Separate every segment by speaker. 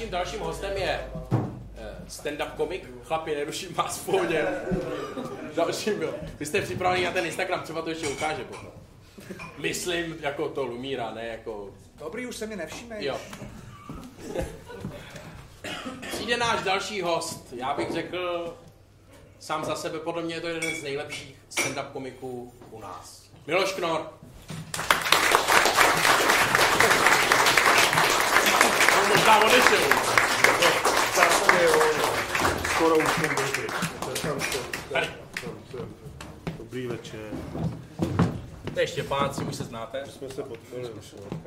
Speaker 1: Eh, dalším hostem je eh, stand-up komik, chlapi, neruším vás v pohodě. Dalším, jo. Vy jste připraveni na ten Instagram, třeba to ještě ukáže potom. Myslím, jako to Lumíra, ne jako...
Speaker 2: Dobrý, už se mi nevšímej.
Speaker 1: Jo. Přijde náš další host, já bych řekl, sám za sebe, podle mě je to jeden z nejlepších stand-up komiků u nás. Miloš Knor. On možná odešel.
Speaker 3: Skoro už jsem byl pryč. Jsem, jsem,
Speaker 1: Tady.
Speaker 3: jsem, jsem. Dobrý večer.
Speaker 1: To je Štěpán, si už se znáte.
Speaker 3: My jsme se potkali už. no.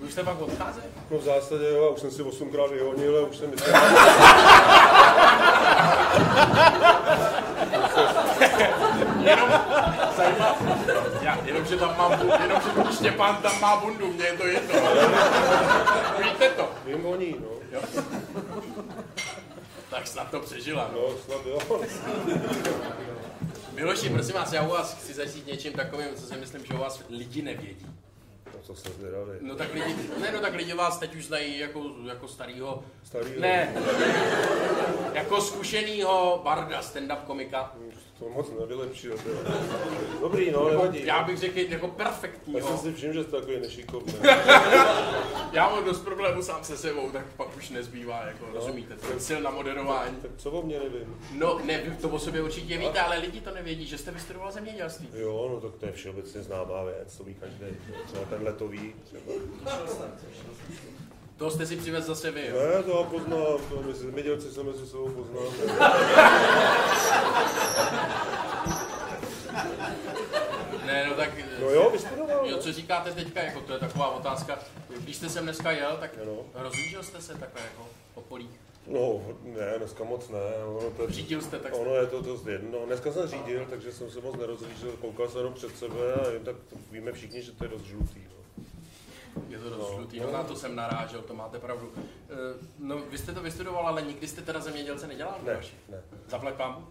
Speaker 1: Vy už jste pak odcházeli?
Speaker 3: No v zásadě jo, a už jsem si osmkrát vyhonil a už jsem myslel.
Speaker 1: Já, jenomže tam mám, jenomže Štěpán tam má bundu, mně je to jedno. Víte to?
Speaker 3: Vím o ní, no.
Speaker 1: Tak snad to přežila. No.
Speaker 3: No, snad jo.
Speaker 1: Miloši, prosím vás, já u vás chci začít něčím takovým, co si myslím, že u vás lidi nevědí.
Speaker 3: No, co jste zvědali.
Speaker 1: No tak lidi, ne, no tak lidi vás teď už znají jako, jako starýho,
Speaker 3: Starý,
Speaker 1: ne, jako zkušenýho barda, stand-up komika.
Speaker 3: no, To moc nevylepšil. teda. Dobrý, no, nevadí.
Speaker 1: Já bych řekl jako
Speaker 3: Já jsem
Speaker 1: perfektního.
Speaker 3: si všiml, že jste takový nešikovný.
Speaker 1: Já mám dost problémů sám se sebou, tak pak už nezbývá, jako rozumíte, ten sil na moderování.
Speaker 3: Tak co o mě nevím?
Speaker 1: No, ne, to o sobě určitě víte, ale lidi to nevědí, že jste vystudoval zemědělství.
Speaker 3: Jo, no tak to je všeobecně známá věc, to ví každý. Třeba tenhle to ví, třeba.
Speaker 1: To jste si přivez zase vy, jo?
Speaker 3: Ne, to já poznám, to my zemědělci se mezi sebou poznáme.
Speaker 1: Ne, no tak,
Speaker 3: No jo, vystudoval.
Speaker 1: jo,
Speaker 3: no.
Speaker 1: co říkáte teďka, jako to je taková otázka. Když jste sem dneska jel, tak
Speaker 3: Ano.
Speaker 1: rozlížel jste se takhle jako po polích.
Speaker 3: No, ne, dneska moc ne. Ono, to je,
Speaker 1: Řídil jste, tak jste,
Speaker 3: ono je to dost jedno. Dneska jsem řídil, takže jsem se moc nerozlížil. Koukal jsem jenom před sebe a jen tak víme všichni, že to je dost žlutý. No.
Speaker 1: je to dost žlutý, no na to jsem narážel, to máte pravdu. Eh, No, vy jste to vystudoval, ale nikdy jste teda zemědělce nedělal?
Speaker 3: Ne,
Speaker 1: Miloši?
Speaker 3: ne.
Speaker 1: Zaplať vám?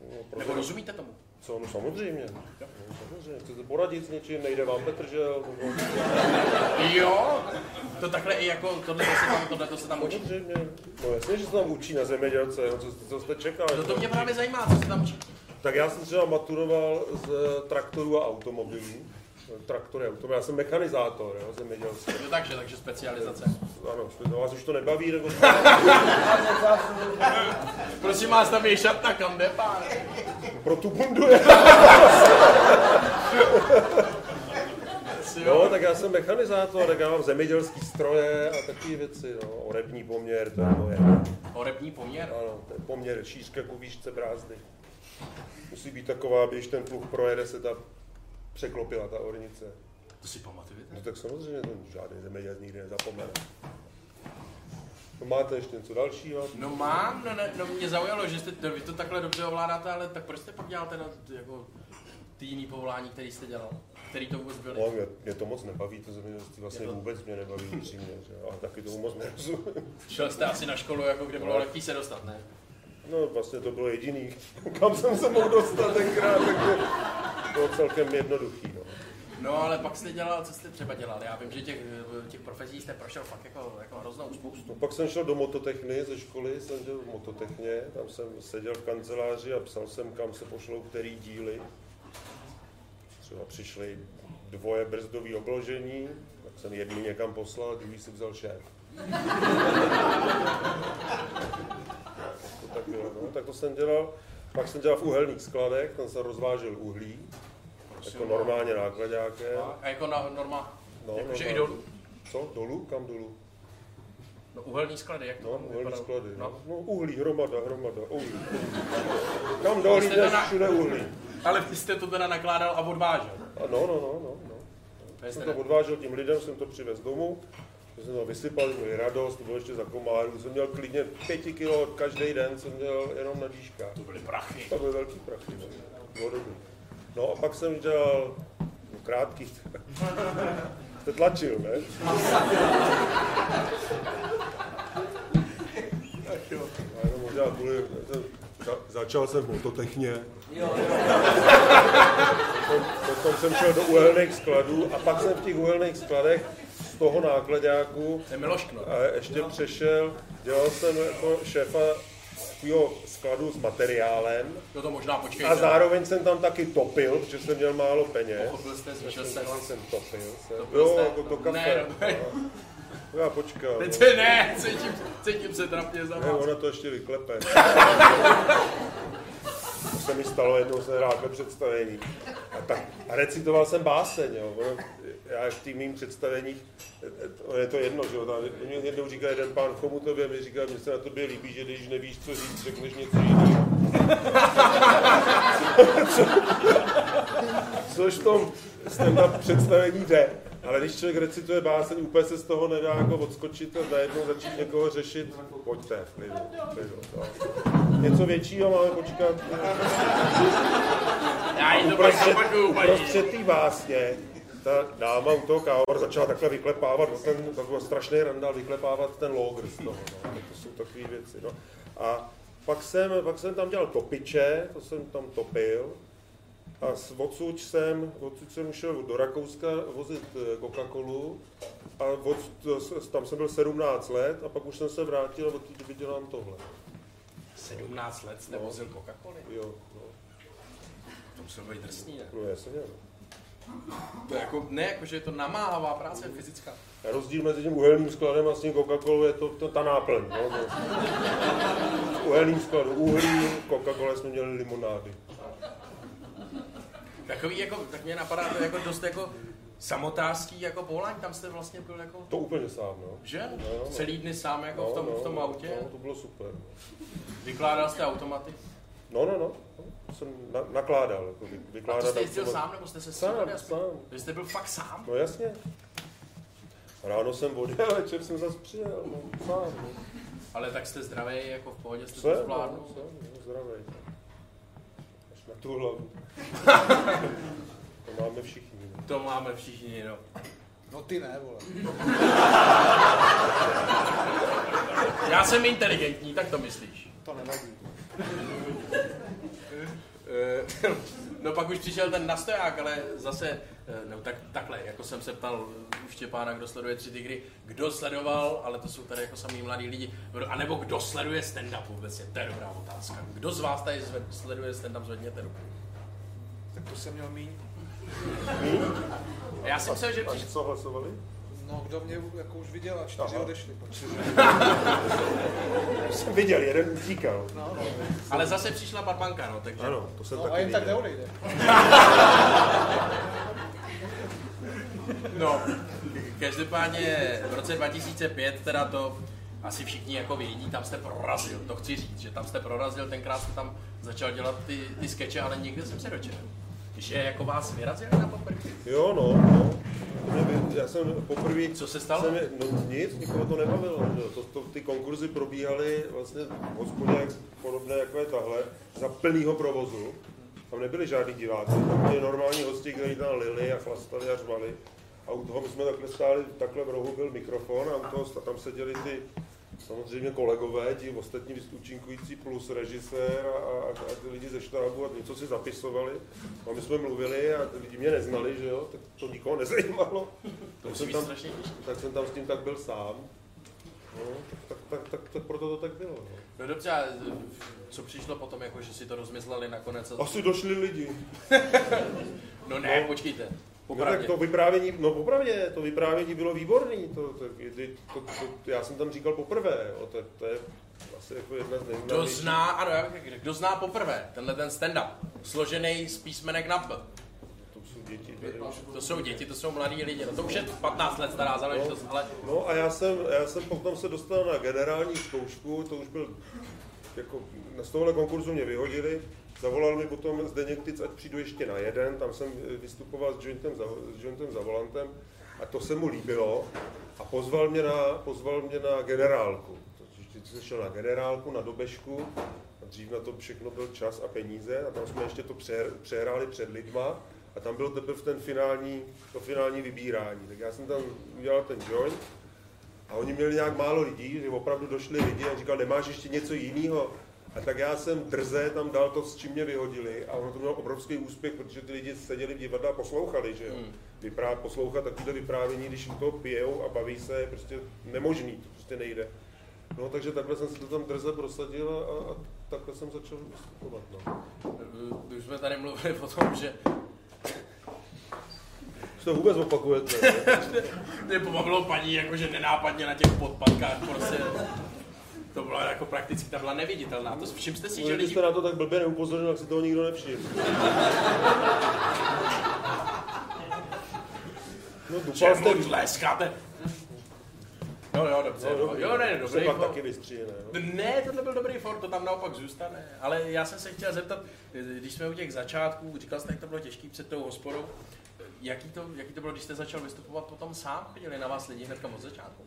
Speaker 3: No,
Speaker 1: Nebo
Speaker 3: prostě,
Speaker 1: rozumíte tomu?
Speaker 3: co, no samozřejmě. No, samozřejmě. Chcete poradit s něčím, nejde vám Petržel. No, Nebo,
Speaker 1: Jo, to takhle i jako, tohle to se tam, tohle to se tam učí.
Speaker 3: samozřejmě. No jasně, že se tam učí na zemědělce, no, co, co jste čekal.
Speaker 1: No to mě právě zajímá, co se tam učí.
Speaker 3: Tak já jsem třeba maturoval z eh, traktorů a automobilů. Traktory, a automobilů. Já jsem mechanizátor, jo, zemědělský.
Speaker 1: Jo, No, takže, takže specializace.
Speaker 3: Ano, no, vás už to nebaví, nebo
Speaker 1: Prosím vás, tam je šatna, kam jde pán?
Speaker 3: pro tu bundu je.
Speaker 1: Jo.
Speaker 3: No, tak já jsem mechanizátor, tak já mám zemědělský stroje a takové věci, no. Orební poměr, to je moje.
Speaker 1: Horební poměr.
Speaker 3: Ano, to je poměr šířka ku výšce brázdy. Musí být taková, aby když ten pluh projede, se ta překlopila ta ornice.
Speaker 1: To si pamatujete?
Speaker 3: No tak samozřejmě, to žádný zemědělec nikdy nezapomene. No, máte ještě něco dalšího?
Speaker 1: No mám, no, ne, no mě zaujalo, že jste, to, vy to takhle dobře ovládáte, ale tak proč jste pak dělal teda jako ty jiný povolání, který jste dělal? Který to vůbec byly?
Speaker 3: No, mě, mě, to moc nebaví, to zemědělství vlastně vůbec mě nebaví upřímně, že? jo. A taky tomu moc nerozumím.
Speaker 1: Šel jste asi na školu, jako kde bylo lehký se dostat, ne?
Speaker 3: No vlastně to bylo jediný, kam jsem se mohl dostat tenkrát, takže bylo celkem jednoduchý. No.
Speaker 1: No ale pak jste dělal, co jste třeba dělal? Já vím, že těch, těch profesí jste prošel fakt jako, jako hroznou spoustu.
Speaker 3: no. pak jsem šel do mototechny ze školy, jsem dělal v mototechně, tam jsem seděl v kanceláři a psal jsem, kam se pošlou který díly. Třeba přišly dvoje brzdový obložení, tak jsem jedný někam poslal, druhý si vzal šéf. to tak, bylo, no. tak to jsem dělal. Pak jsem dělal v uhelných skladech, tam jsem rozvážel uhlí, jako normálně nákladákem.
Speaker 1: A jako na, norma,
Speaker 3: No,
Speaker 1: jakože
Speaker 3: no,
Speaker 1: i
Speaker 3: no.
Speaker 1: dolů.
Speaker 3: Co? Dolů? Kam dolů?
Speaker 1: No uhelný sklady, jak to
Speaker 3: No,
Speaker 1: tam
Speaker 3: uhelní
Speaker 1: vypadalo?
Speaker 3: sklady.
Speaker 1: No.
Speaker 3: No. no, uhlí, hromada, hromada, uhlí. Kam dolí,
Speaker 1: Jste to
Speaker 3: než
Speaker 1: na-
Speaker 3: všude uhlí.
Speaker 1: Ale vy jste to teda nakládal a odvážel.
Speaker 3: A no, no, no, no, no.
Speaker 1: To jste
Speaker 3: Jsem to odvážel tím lidem, jsem to přivez domů, to jsem to vysypal, měli radost, to bylo ještě za komárů, jsem měl klidně pěti kilo každý den, jsem měl jenom na dýškách.
Speaker 1: To byly prachy.
Speaker 3: To byly velký prachy, no. Bylo dobrý. No a pak jsem dělal no, krátký. Jste tlačil, ne? Já jenom možná kvůli, za, začal jsem v mototechně. Potom, potom jsem šel do uhelných skladů a pak jsem v těch uhelných skladech z toho nákladňáku
Speaker 1: To je Miloš Knor.
Speaker 3: a ještě přešel, dělal jsem jako šéfa takového skladu s materiálem
Speaker 1: No to možná počkejte.
Speaker 3: a zároveň jsem tam taky topil, protože jsem měl málo peněz.
Speaker 1: Pochopil jste, zmíšel
Speaker 3: Takže
Speaker 1: se.
Speaker 3: jsem topil. Jsem.
Speaker 1: Topil
Speaker 3: jo,
Speaker 1: jste?
Speaker 3: jako to kafe.
Speaker 1: Ne, dobrý.
Speaker 3: no. Já počkám. no.
Speaker 1: Ty ne, cítím, cítím se trapně za
Speaker 3: Ne,
Speaker 1: vás.
Speaker 3: ona to ještě vyklepe. To se mi stalo jednou, jsem hrál ve představení. A, tak, a recitoval jsem báseň, jo. Ono, já v těch mým představeních, eh, eh, je to jedno, že jo. Tam, mě jednou říká jeden pán, komu to mi říká, mně se na tobě líbí, že když nevíš, co říct, řekneš něco jiného. Což v tom stand-up představení jde. Ale když člověk recituje báseň, úplně se z toho nedá jako odskočit a najednou začít někoho řešit. Pojďte, v klidu, v klidu. no. Něco většího máme počkat.
Speaker 1: Já jim to pak
Speaker 3: Uprostřed,
Speaker 1: zapakuju, paní.
Speaker 3: uprostřed té básně ta dáma u toho kávovaru začala takhle vyklepávat, no ten, to byl strašný randál, vyklepávat ten logr z toho. No. To jsou takové věci. No. A pak jsem, pak jsem tam dělal topiče, to jsem tam topil. A s odsud jsem, odsud jsem šel do Rakouska vozit eh, Coca-Colu a od, tam jsem byl 17 let a pak už jsem se vrátil a od té doby dělám tohle.
Speaker 1: 17 let jste vozil Coca-Cola.
Speaker 3: Jo, no,
Speaker 1: To muselo být drsný, ne?
Speaker 3: no jasně. No.
Speaker 1: To je jako, ne, jako, že je to namáhavá práce fyzická.
Speaker 3: A Rozdíl mezi tím uhelným skladem a s tím coca colou je to, to ta náplň. No, to. Uhelným skladu uhlí, coca cola jsme měli limonády.
Speaker 1: Takový jako, tak mě napadá to jako dost jako samotářský jako povolání, tam jste vlastně byl jako,
Speaker 3: To úplně sám, no.
Speaker 1: že?
Speaker 3: No, no.
Speaker 1: Celý dny sám jako
Speaker 3: no
Speaker 1: v tom,
Speaker 3: no,
Speaker 1: v tom autě.
Speaker 3: No, to bylo super. no.
Speaker 1: Vykládal jste automaty.
Speaker 3: No, no, no. no. Jsem na, nakládal. Jako vy,
Speaker 1: A
Speaker 3: vykládal
Speaker 1: to jste
Speaker 3: tam
Speaker 1: jezdil
Speaker 3: jsem-
Speaker 1: sám, nebo jste se střídali
Speaker 3: Sám,
Speaker 1: aspoň?
Speaker 3: sám.
Speaker 1: Vy jste byl fakt sám?
Speaker 3: No jasně. Ráno jsem odjel, večer jsem zase přijel. No, sám, no.
Speaker 1: Ale tak jste zdravý, jako v pohodě jste
Speaker 3: Jsem,
Speaker 1: to
Speaker 3: no,
Speaker 1: zvládnul.
Speaker 3: jsem, no, zdravej. Až na tu hlavu. to máme všichni. no.
Speaker 1: To máme všichni, no.
Speaker 2: No ty ne, vole.
Speaker 1: Já jsem inteligentní, tak to myslíš.
Speaker 2: To nevadí.
Speaker 1: Eh, No pak už přišel ten nastoják, ale zase, eh, no tak, takhle, jako jsem se ptal u Štěpána, kdo sleduje Tři tygry, kdo sledoval, ale to jsou tady jako samý mladí lidi, a nebo kdo sleduje stand-up vůbec, je to je dobrá otázka. Kdo z vás tady zved, sleduje stand-up, zvedněte ruku.
Speaker 2: Tak to jsem měl míň.
Speaker 1: Já si myslel, že
Speaker 3: Až
Speaker 1: přišel,
Speaker 3: co hlasovali?
Speaker 2: No, kdo mě jako už viděl a čtyři
Speaker 3: Aha. No,
Speaker 2: odešli. po čtyři.
Speaker 3: Já jsem viděl, jeden utíkal.
Speaker 2: No, no.
Speaker 1: ale zase přišla barbanka, no, takže
Speaker 3: Ano, to jsem
Speaker 2: no
Speaker 3: taky
Speaker 2: a jen tak
Speaker 3: viděl.
Speaker 2: neodejde.
Speaker 1: No, každopádně v roce 2005 teda to asi všichni jako vědí, tam jste prorazil, to chci říct, že tam jste prorazil, tenkrát jste tam začal dělat ty, ty skeče, ale nikdy jsem se dočetl. Že jako vás vyrazili na poprvé.
Speaker 3: Jo, no, no. Nevím, Já jsem poprvé...
Speaker 1: Co se stalo?
Speaker 3: Jsem, no nic, nikoho to nebavilo. Že? jo. To, to, ty konkurzy probíhaly vlastně v hospodě jak- podobné jako je tahle, za plného provozu. Tam nebyli žádní diváci, tam byli normální hosti, kteří tam lili a chlastali a řvali. A u toho my jsme takhle stáli, takhle v rohu byl mikrofon a u toho sta- tam seděli ty samozřejmě kolegové, ti ostatní účinkující plus režisér a, a, a ty lidi ze štábu a něco si zapisovali. A my jsme mluvili a ty lidi mě neznali, že jo, tak to nikoho nezajímalo.
Speaker 1: To
Speaker 3: Tak
Speaker 1: musí
Speaker 3: jsem
Speaker 1: být
Speaker 3: tam,
Speaker 1: strašně těžké.
Speaker 3: tak jsem tam s tím tak byl sám. No, tak, tak, tak, tak proto to tak bylo. No.
Speaker 1: No dobře, a co přišlo potom, jako že si to rozmysleli nakonec? A...
Speaker 3: Asi došli lidi.
Speaker 1: No ne,
Speaker 3: no.
Speaker 1: počkejte,
Speaker 3: No, tak
Speaker 1: popravdě.
Speaker 3: to vyprávění, no popravdě, to vyprávění bylo výborný. To, to, to, to, to, já jsem tam říkal poprvé, jo, to, to je asi jako jedna z
Speaker 1: Kdo
Speaker 3: nejznámějších.
Speaker 1: zná, ano, já bych tak řekl, kdo zná poprvé tenhle ten stand-up, složený z písmenek na P.
Speaker 3: To jsou děti. Tady už.
Speaker 1: To jsou děti, to jsou mladí lidi, no to už je 15 let stará záležitost, ale
Speaker 3: No a já jsem, já jsem potom se dostal na generální zkoušku, to už byl, jako z tohohle konkurzu mě vyhodili, zavolal mi potom Zdeněk Tic, ať přijdu ještě na jeden, tam jsem eh, vystupoval s jointem za, s jointem za volantem a to se mu líbilo a pozval mě na, pozval mě na generálku. Vždycky jsem šel na generálku, na dobežku, a dřív na to všechno byl čas a peníze a tam jsme ještě to přehr- přehráli před lidma a tam byl teprve ten finální, to finální vybírání. Tak já jsem tam udělal ten joint a oni měli nějak málo lidí, že opravdu došli lidi a říkal, nemáš ještě něco jiného? A tak já jsem drze tam dal to, s čím mě vyhodili a ono to mělo obrovský úspěch, protože ty lidi seděli v divadle a poslouchali, že jo.
Speaker 1: Hmm.
Speaker 3: Vyprá, poslouchat takové vyprávění, když u toho pijou a baví se, je prostě nemožný, to prostě nejde. No takže takhle jsem si to tam drze prosadil a, a takhle jsem začal vystupovat. No.
Speaker 1: Už jsme tady mluvili o tom, že
Speaker 3: Už to vůbec opakujete. ne?
Speaker 1: mě pobavilo paní jakože nenápadně na těch podpadkách prostě. To byla jako prakticky, ta byla neviditelná. To všim jste si, že
Speaker 3: Když
Speaker 1: lidi...
Speaker 3: jste na to tak blbě neupozornil, tak si toho nikdo nevšiml. No dupal jste,
Speaker 1: Čemu tleskáte? Jo, jo, dobře.
Speaker 3: No,
Speaker 1: No,
Speaker 3: dobrý.
Speaker 1: jo, ne,
Speaker 3: se
Speaker 1: dobrý.
Speaker 3: pak
Speaker 1: fo-
Speaker 3: taky vystříhne. No.
Speaker 1: Ne, tohle byl dobrý for, to tam naopak zůstane. Ale já jsem se chtěl zeptat, když jsme u těch začátků, říkal jste, jak to bylo těžký před tou hospodou, jaký to, jaký to bylo, když jste začal vystupovat potom sám? Chodili na vás lidi hnedka od začátku?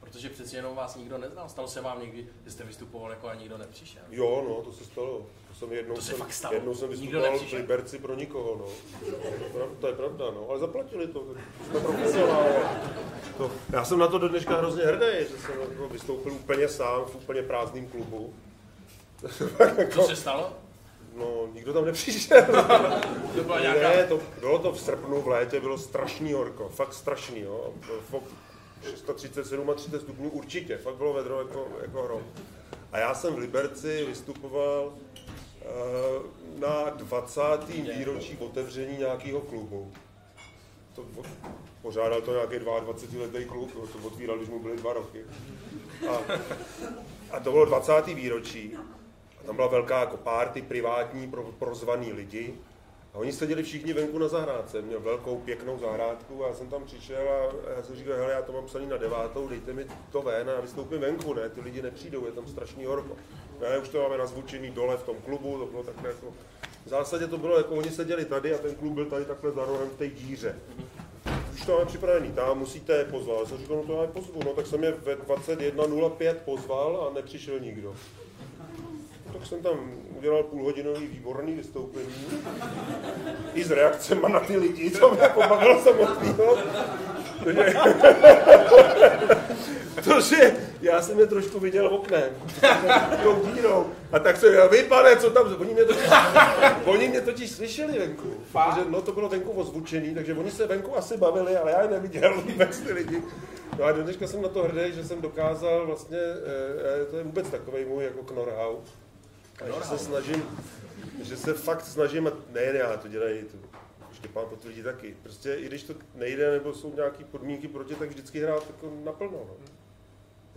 Speaker 1: Protože přeci jenom vás nikdo neznal. Stalo se vám někdy, že jste vystupoval jako a nikdo nepřišel?
Speaker 3: Jo, no, to se stalo. To jsem jednou,
Speaker 1: To se
Speaker 3: jsem,
Speaker 1: fakt stalo.
Speaker 3: jednou jsem
Speaker 1: Nikdo
Speaker 3: vystupoval v
Speaker 1: nepřišel.
Speaker 3: Liberci pro nikoho, no. To je prav- To je pravda, no, ale zaplatili to, tak to profesionálně. To, já jsem na to do dneška hrozně hrdý, že jsem jako vystoupil úplně sám v úplně prázdném klubu.
Speaker 1: Co se stalo?
Speaker 3: No, nikdo tam nepřišel.
Speaker 1: To byla
Speaker 3: Ne,
Speaker 1: nějaká...
Speaker 3: to, bylo to v srpnu, v létě, bylo strašný horko, fakt strašný, jo. Bylo fakt 637 a 30 stupňů určitě, fakt bylo vedro jako, jako hrom. A já jsem v Liberci vystupoval eh, na 20. výročí otevření nějakého klubu. To bo- pořádal to nějaký 22-letý klub, jo, to otvíral, když mu byly dva roky. A, a to bylo 20. výročí. A tam byla velká jako párty privátní pro, pro zvaný lidi. A oni seděli všichni venku na zahrádce. Měl velkou, pěknou zahrádku a já jsem tam přišel a já jsem říkal, hele, já to mám psaný na devátou, dejte mi to ven a já vystoupím venku, ne, ty lidi nepřijdou, je tam strašný horko. Ne, už to máme nazvučený dole v tom klubu, to bylo takhle jako... V zásadě to bylo jako, oni seděli tady a ten klub byl tady takhle za rohem v té díře už to máme připravený, tam musíte je pozvat. Já jsem říkal, no to já je pozvu, no tak jsem je ve 21.05 pozval a nepřišel nikdo. Tak jsem tam udělal půlhodinový výborný vystoupení. I s reakcemi na ty lidi, to mě pobavilo samotného. Takže... Protože já jsem je trošku viděl oknem, tou dírou. A tak jsem já, vy pane, co tam, oni mě totiž, oni mě totiž slyšeli venku. Protože, no to bylo venku ozvučený, takže oni se venku asi bavili, ale já je neviděl vůbec ty lidi. No a do dneška jsem na to hrdý, že jsem dokázal vlastně, eh, eh, to je vůbec takový můj jako knorhau. A že se snažím, že se fakt snažím, a nejen já, to dělají tu. Štěpán potvrdí taky. Prostě i když to nejde, nebo jsou nějaké podmínky proti, tak vždycky hrát jako naplno. No.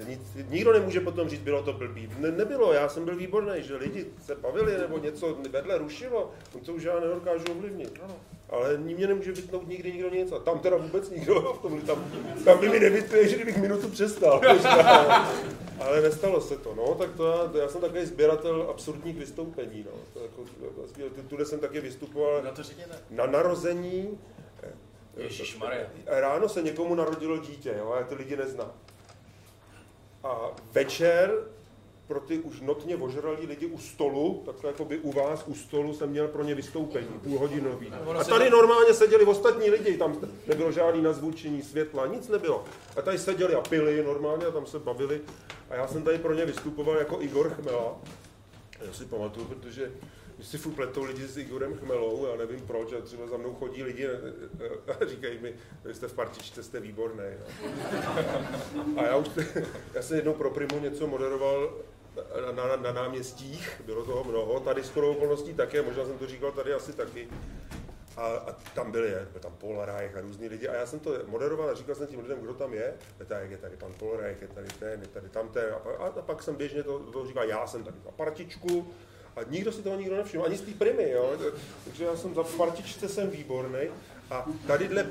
Speaker 3: Nic, nikdo nemůže potom říct, bylo to blbý. Ne, nebylo, já jsem byl výborný, že lidi se bavili nebo něco vedle rušilo, to už já nedokážu ovlivnit. Ale ní mě nemůže vytnout nikdy nikdo nic. A tam teda vůbec nikdo, v tom, tam, tam by mi nevytkli, že kdybych minutu přestal. možná. Ale nestalo se to, no, tak to já, to já jsem takový sběratel absurdních vystoupení, no. To jako, vlastně, tude jsem taky vystupoval
Speaker 1: No to řekněte.
Speaker 3: na narození, eh,
Speaker 1: Ježišmarja.
Speaker 3: ráno se někomu narodilo dítě, jo, a já ty lidi neznám. A večer pro ty už notně ožralí lidi u stolu, takhle jako by u vás u stolu jsem měl pro ně vystoupení, půlhodinový. A tady normálně seděli ostatní lidi, tam nebylo žádný nazvučení světla, nic nebylo. A tady seděli a pili normálně a tam se bavili. A já jsem tady pro ně vystupoval jako Igor Chmela. Já si pamatuju, protože když si furt pletou lidi s Igorem Chmelou, já nevím proč, a třeba za mnou chodí lidi a říkají mi, vy jste v partičce, jste výborný. No. A já už, já jsem jednou pro Primu něco moderoval na, na, na náměstích, bylo toho mnoho, tady skoro okolností také, možná jsem to říkal tady asi taky. A, a tam byli, je, byl tam Paul Reich a různí lidi. A já jsem to moderoval a říkal jsem tím lidem, kdo tam je. A tak je tady pan Paul Reich, je tady ten, je tady tamten. A, pa- a, a pak jsem běžně to, to říkal, já jsem tady za partičku. A nikdo si toho nikdo nevšiml, ani z té primy, jo. Takže já jsem za partičce jsem výborný. A tadyhle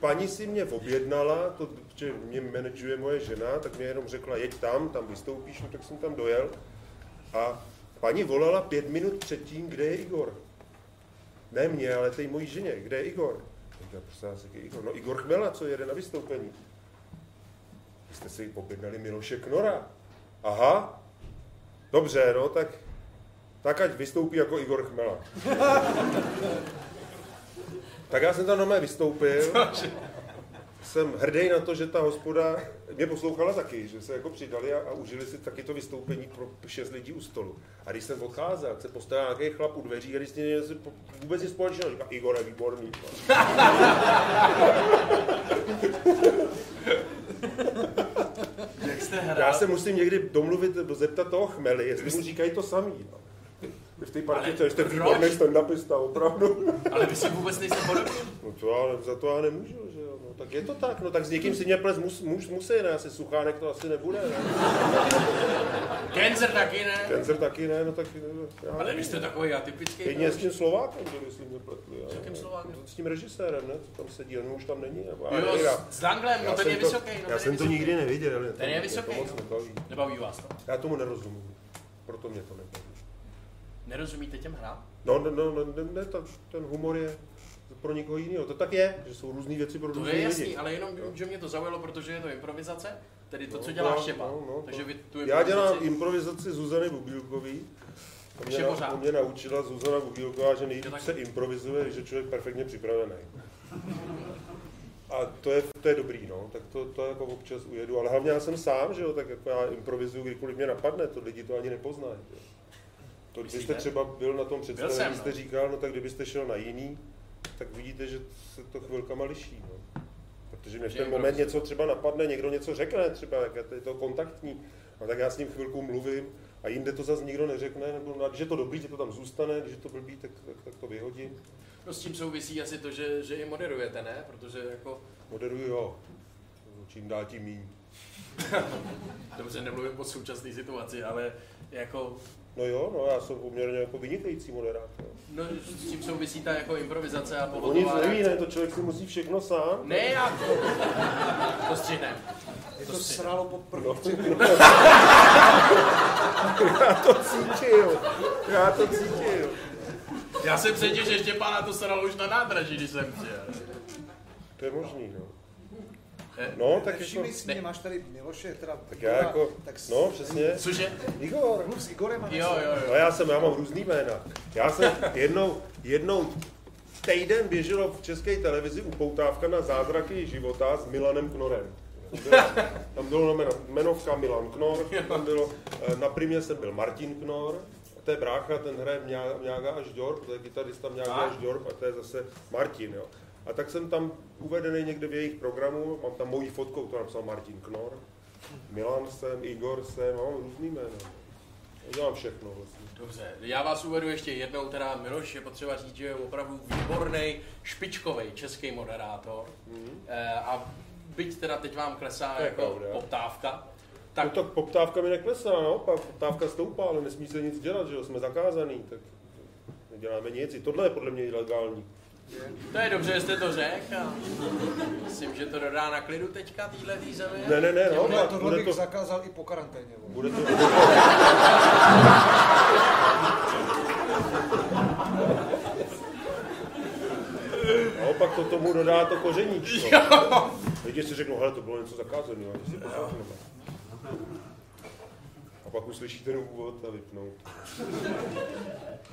Speaker 3: paní si mě objednala, to, že mě manažuje moje žena, tak mě jenom řekla, jeď tam, tam vystoupíš, no, tak jsem tam dojel. A paní volala pět minut předtím, kde je Igor. Ne mě, ale té mojí ženě. Kde je Igor? Říká, prosím vás, jaký Igor? No Igor Chmela, co jede na vystoupení. Vy jste si objednali Miloše Knora. Aha. Dobře, no tak, tak ať vystoupí jako Igor Chmela. tak já jsem tam na mé vystoupil. jsem hrdý na to, že ta hospoda mě poslouchala taky, že se jako přidali a, a užili si taky to vystoupení pro šest lidí u stolu. A když jsem odcházel, tak se postavil nějaký chlap u dveří a když mě se po- vůbec nic společného, říká, Igor je výborný. no. vole."
Speaker 1: Jak jste
Speaker 3: Já
Speaker 1: hrál?
Speaker 3: se musím někdy domluvit, zeptat toho chmely, jestli mu říkají to samý. no. Ty v té
Speaker 1: Ale
Speaker 3: partě, to jste
Speaker 1: proč?
Speaker 3: výborný stand-upista, opravdu.
Speaker 1: Ale vy si vůbec nejste podobní.
Speaker 3: No to já, za to já nemůžu, že jo. No, tak je to tak, no tak s někým si mě ples mus, muž musí, ne, asi suchánek to asi nebude, ne.
Speaker 1: Kenzer taky ne.
Speaker 3: Tenzer taky ne, no tak já,
Speaker 1: Ale vy jste takový atypický.
Speaker 3: Jedině s tím Slovákem, kdo myslím, mě pletli. já
Speaker 1: S jakým
Speaker 3: nevím.
Speaker 1: Slovákem?
Speaker 3: S tím režisérem, ne, co tam sedí, on už tam není. Nebo, já
Speaker 1: Jo,
Speaker 3: nevím, já-
Speaker 1: s- s Danglem, no
Speaker 3: já
Speaker 1: ten
Speaker 3: jsem
Speaker 1: je
Speaker 3: to-
Speaker 1: vysoký. no, ten
Speaker 3: Já
Speaker 1: je
Speaker 3: jsem to
Speaker 1: vysoký.
Speaker 3: nikdy neviděl. ne, to-
Speaker 1: je
Speaker 3: mě
Speaker 1: vysoký,
Speaker 3: To moc
Speaker 1: no.
Speaker 3: nebaví.
Speaker 1: Nebaví vás to.
Speaker 3: Já tomu nerozumím, proto mě to nebaví.
Speaker 1: Nerozumíte těm hrám?
Speaker 3: No, no, no, no ne, ne, to, ten humor je pro někoho jiného. To tak je, že jsou různé věci pro
Speaker 1: To
Speaker 3: různé
Speaker 1: je
Speaker 3: lidi.
Speaker 1: jasný, ale jenom vím, že mě to zaujalo, protože je to improvizace, tedy to,
Speaker 3: No,
Speaker 1: co dělá
Speaker 3: to-
Speaker 1: Štěpa.
Speaker 3: no, no, to-
Speaker 1: Takže vy tu
Speaker 3: Já dělám
Speaker 1: improvizaci-
Speaker 3: improvizaci Zuzany Bubílkový. To mě,
Speaker 1: Všemořád.
Speaker 3: to mě naučila Zuzana Bubílková, že nejvíc
Speaker 1: Jo, tak-
Speaker 3: se improvizuje, když je člověk perfektně připravený. A to je, to je dobrý, no, tak to, to jako občas ujedu, ale hlavně já jsem sám, že jo, tak jako já improvizuju, kdykoliv mě napadne, to lidi to ani nepoznají. že jo. To, kdybyste
Speaker 1: Myslíte?
Speaker 3: třeba byl na tom představení,
Speaker 1: jsem,
Speaker 3: jsem, jste
Speaker 1: no.
Speaker 3: říkal, no tak kdybyste šel na jiný, tak vidíte, že se to chvilkama liší, no. Protože mě v
Speaker 1: Že
Speaker 3: ten
Speaker 1: je
Speaker 3: moment
Speaker 1: improvizuje.
Speaker 3: něco třeba napadne, někdo něco řekne, třeba jak je to kontaktní, a tak já s ním chvilku mluvím a jinde to zase nikdo neřekne, nebo no, a když je to dobrý, že to tam zůstane, když je to blbý, tak, tak, tak to vyhodím.
Speaker 1: No s tím souvisí asi to, že, že i moderujete, ne? Protože jako,
Speaker 3: Moderuju jo, čím dál tím míň.
Speaker 1: dobře, nemluvím o současné situaci, ale jako,
Speaker 3: No jo, no já jsem poměrně jako vynikající moderátor.
Speaker 1: no s tím souvisí ta jako improvizace a
Speaker 3: On nic
Speaker 1: pohotová
Speaker 3: neví,
Speaker 1: reakce.
Speaker 3: ne, to člověk si musí všechno sám.
Speaker 1: Ne, já to, to střihnem.
Speaker 2: Je
Speaker 1: To
Speaker 2: to
Speaker 1: si-
Speaker 2: sralo po
Speaker 3: No.
Speaker 2: první
Speaker 3: já to cítil, já to cítil.
Speaker 1: Já jsem předtím, že Štěpána to sralo už na nádraží, když jsem přijel.
Speaker 3: To je možný, no.
Speaker 1: Eh,
Speaker 3: No, tak jako,
Speaker 2: Nevšimli si mě, máš tady Miloše, teda
Speaker 3: tak já jako, no přesně.
Speaker 1: Cože?
Speaker 3: Igor.
Speaker 2: Mluv s Igorem a
Speaker 1: Jo, jo, jo.
Speaker 3: No já jsem, já mám různý jména. Já jsem jednou, jednou týden běželo v české televizi upoutávka na zázraky života s Milanem Knorem. Tam bylo jméno, jmenovka Milan Knor, tam bylo, eh, na primě jsem byl Martin Knor, to je brácha, ten hraje Mňá- Mňága až Djorb, to je kytarista Mňága
Speaker 1: A?
Speaker 3: až Djorb a to je zase Martin, jo. A tak jsem tam uvedený někde v jejich programu, mám tam mojí fotkou, to napsal Martin Knor, Milan jsem, Igor jsem, mám různý jména. Dělám všechno vlastně.
Speaker 1: Dobře, já vás uvedu ještě jednou, teda Miloš je potřeba říct, že je opravdu výborný, špičkový český moderátor. Eh, A byť teda teď vám klesá
Speaker 3: Mhm. To je
Speaker 1: jako
Speaker 3: pravda.
Speaker 1: poptávka,
Speaker 3: Tak. No
Speaker 1: tak
Speaker 3: tak poptávka mi neklesá, naopak, poptávka stoupá, ale nesmí se nic dělat, že jo, jsme zakázaný, tak neděláme nic. I tohle je podle mě ilegální.
Speaker 1: to je dobře, že jste to řekl. a Myslím, že to dodá na klidu teďka týhle tý zemi.
Speaker 3: Ne, ne, ne,
Speaker 2: Tohle,
Speaker 3: naopak,
Speaker 2: tohle
Speaker 3: bude
Speaker 2: bych
Speaker 3: to,
Speaker 2: zakázal i po karanténě. vole.
Speaker 3: bude to, naopak to tomu dodá to kořeníčko. Lidi si řeknou, hele, to bylo něco zakázaného, že si pořádneme. A pak uslyší ten úvod a vypnou.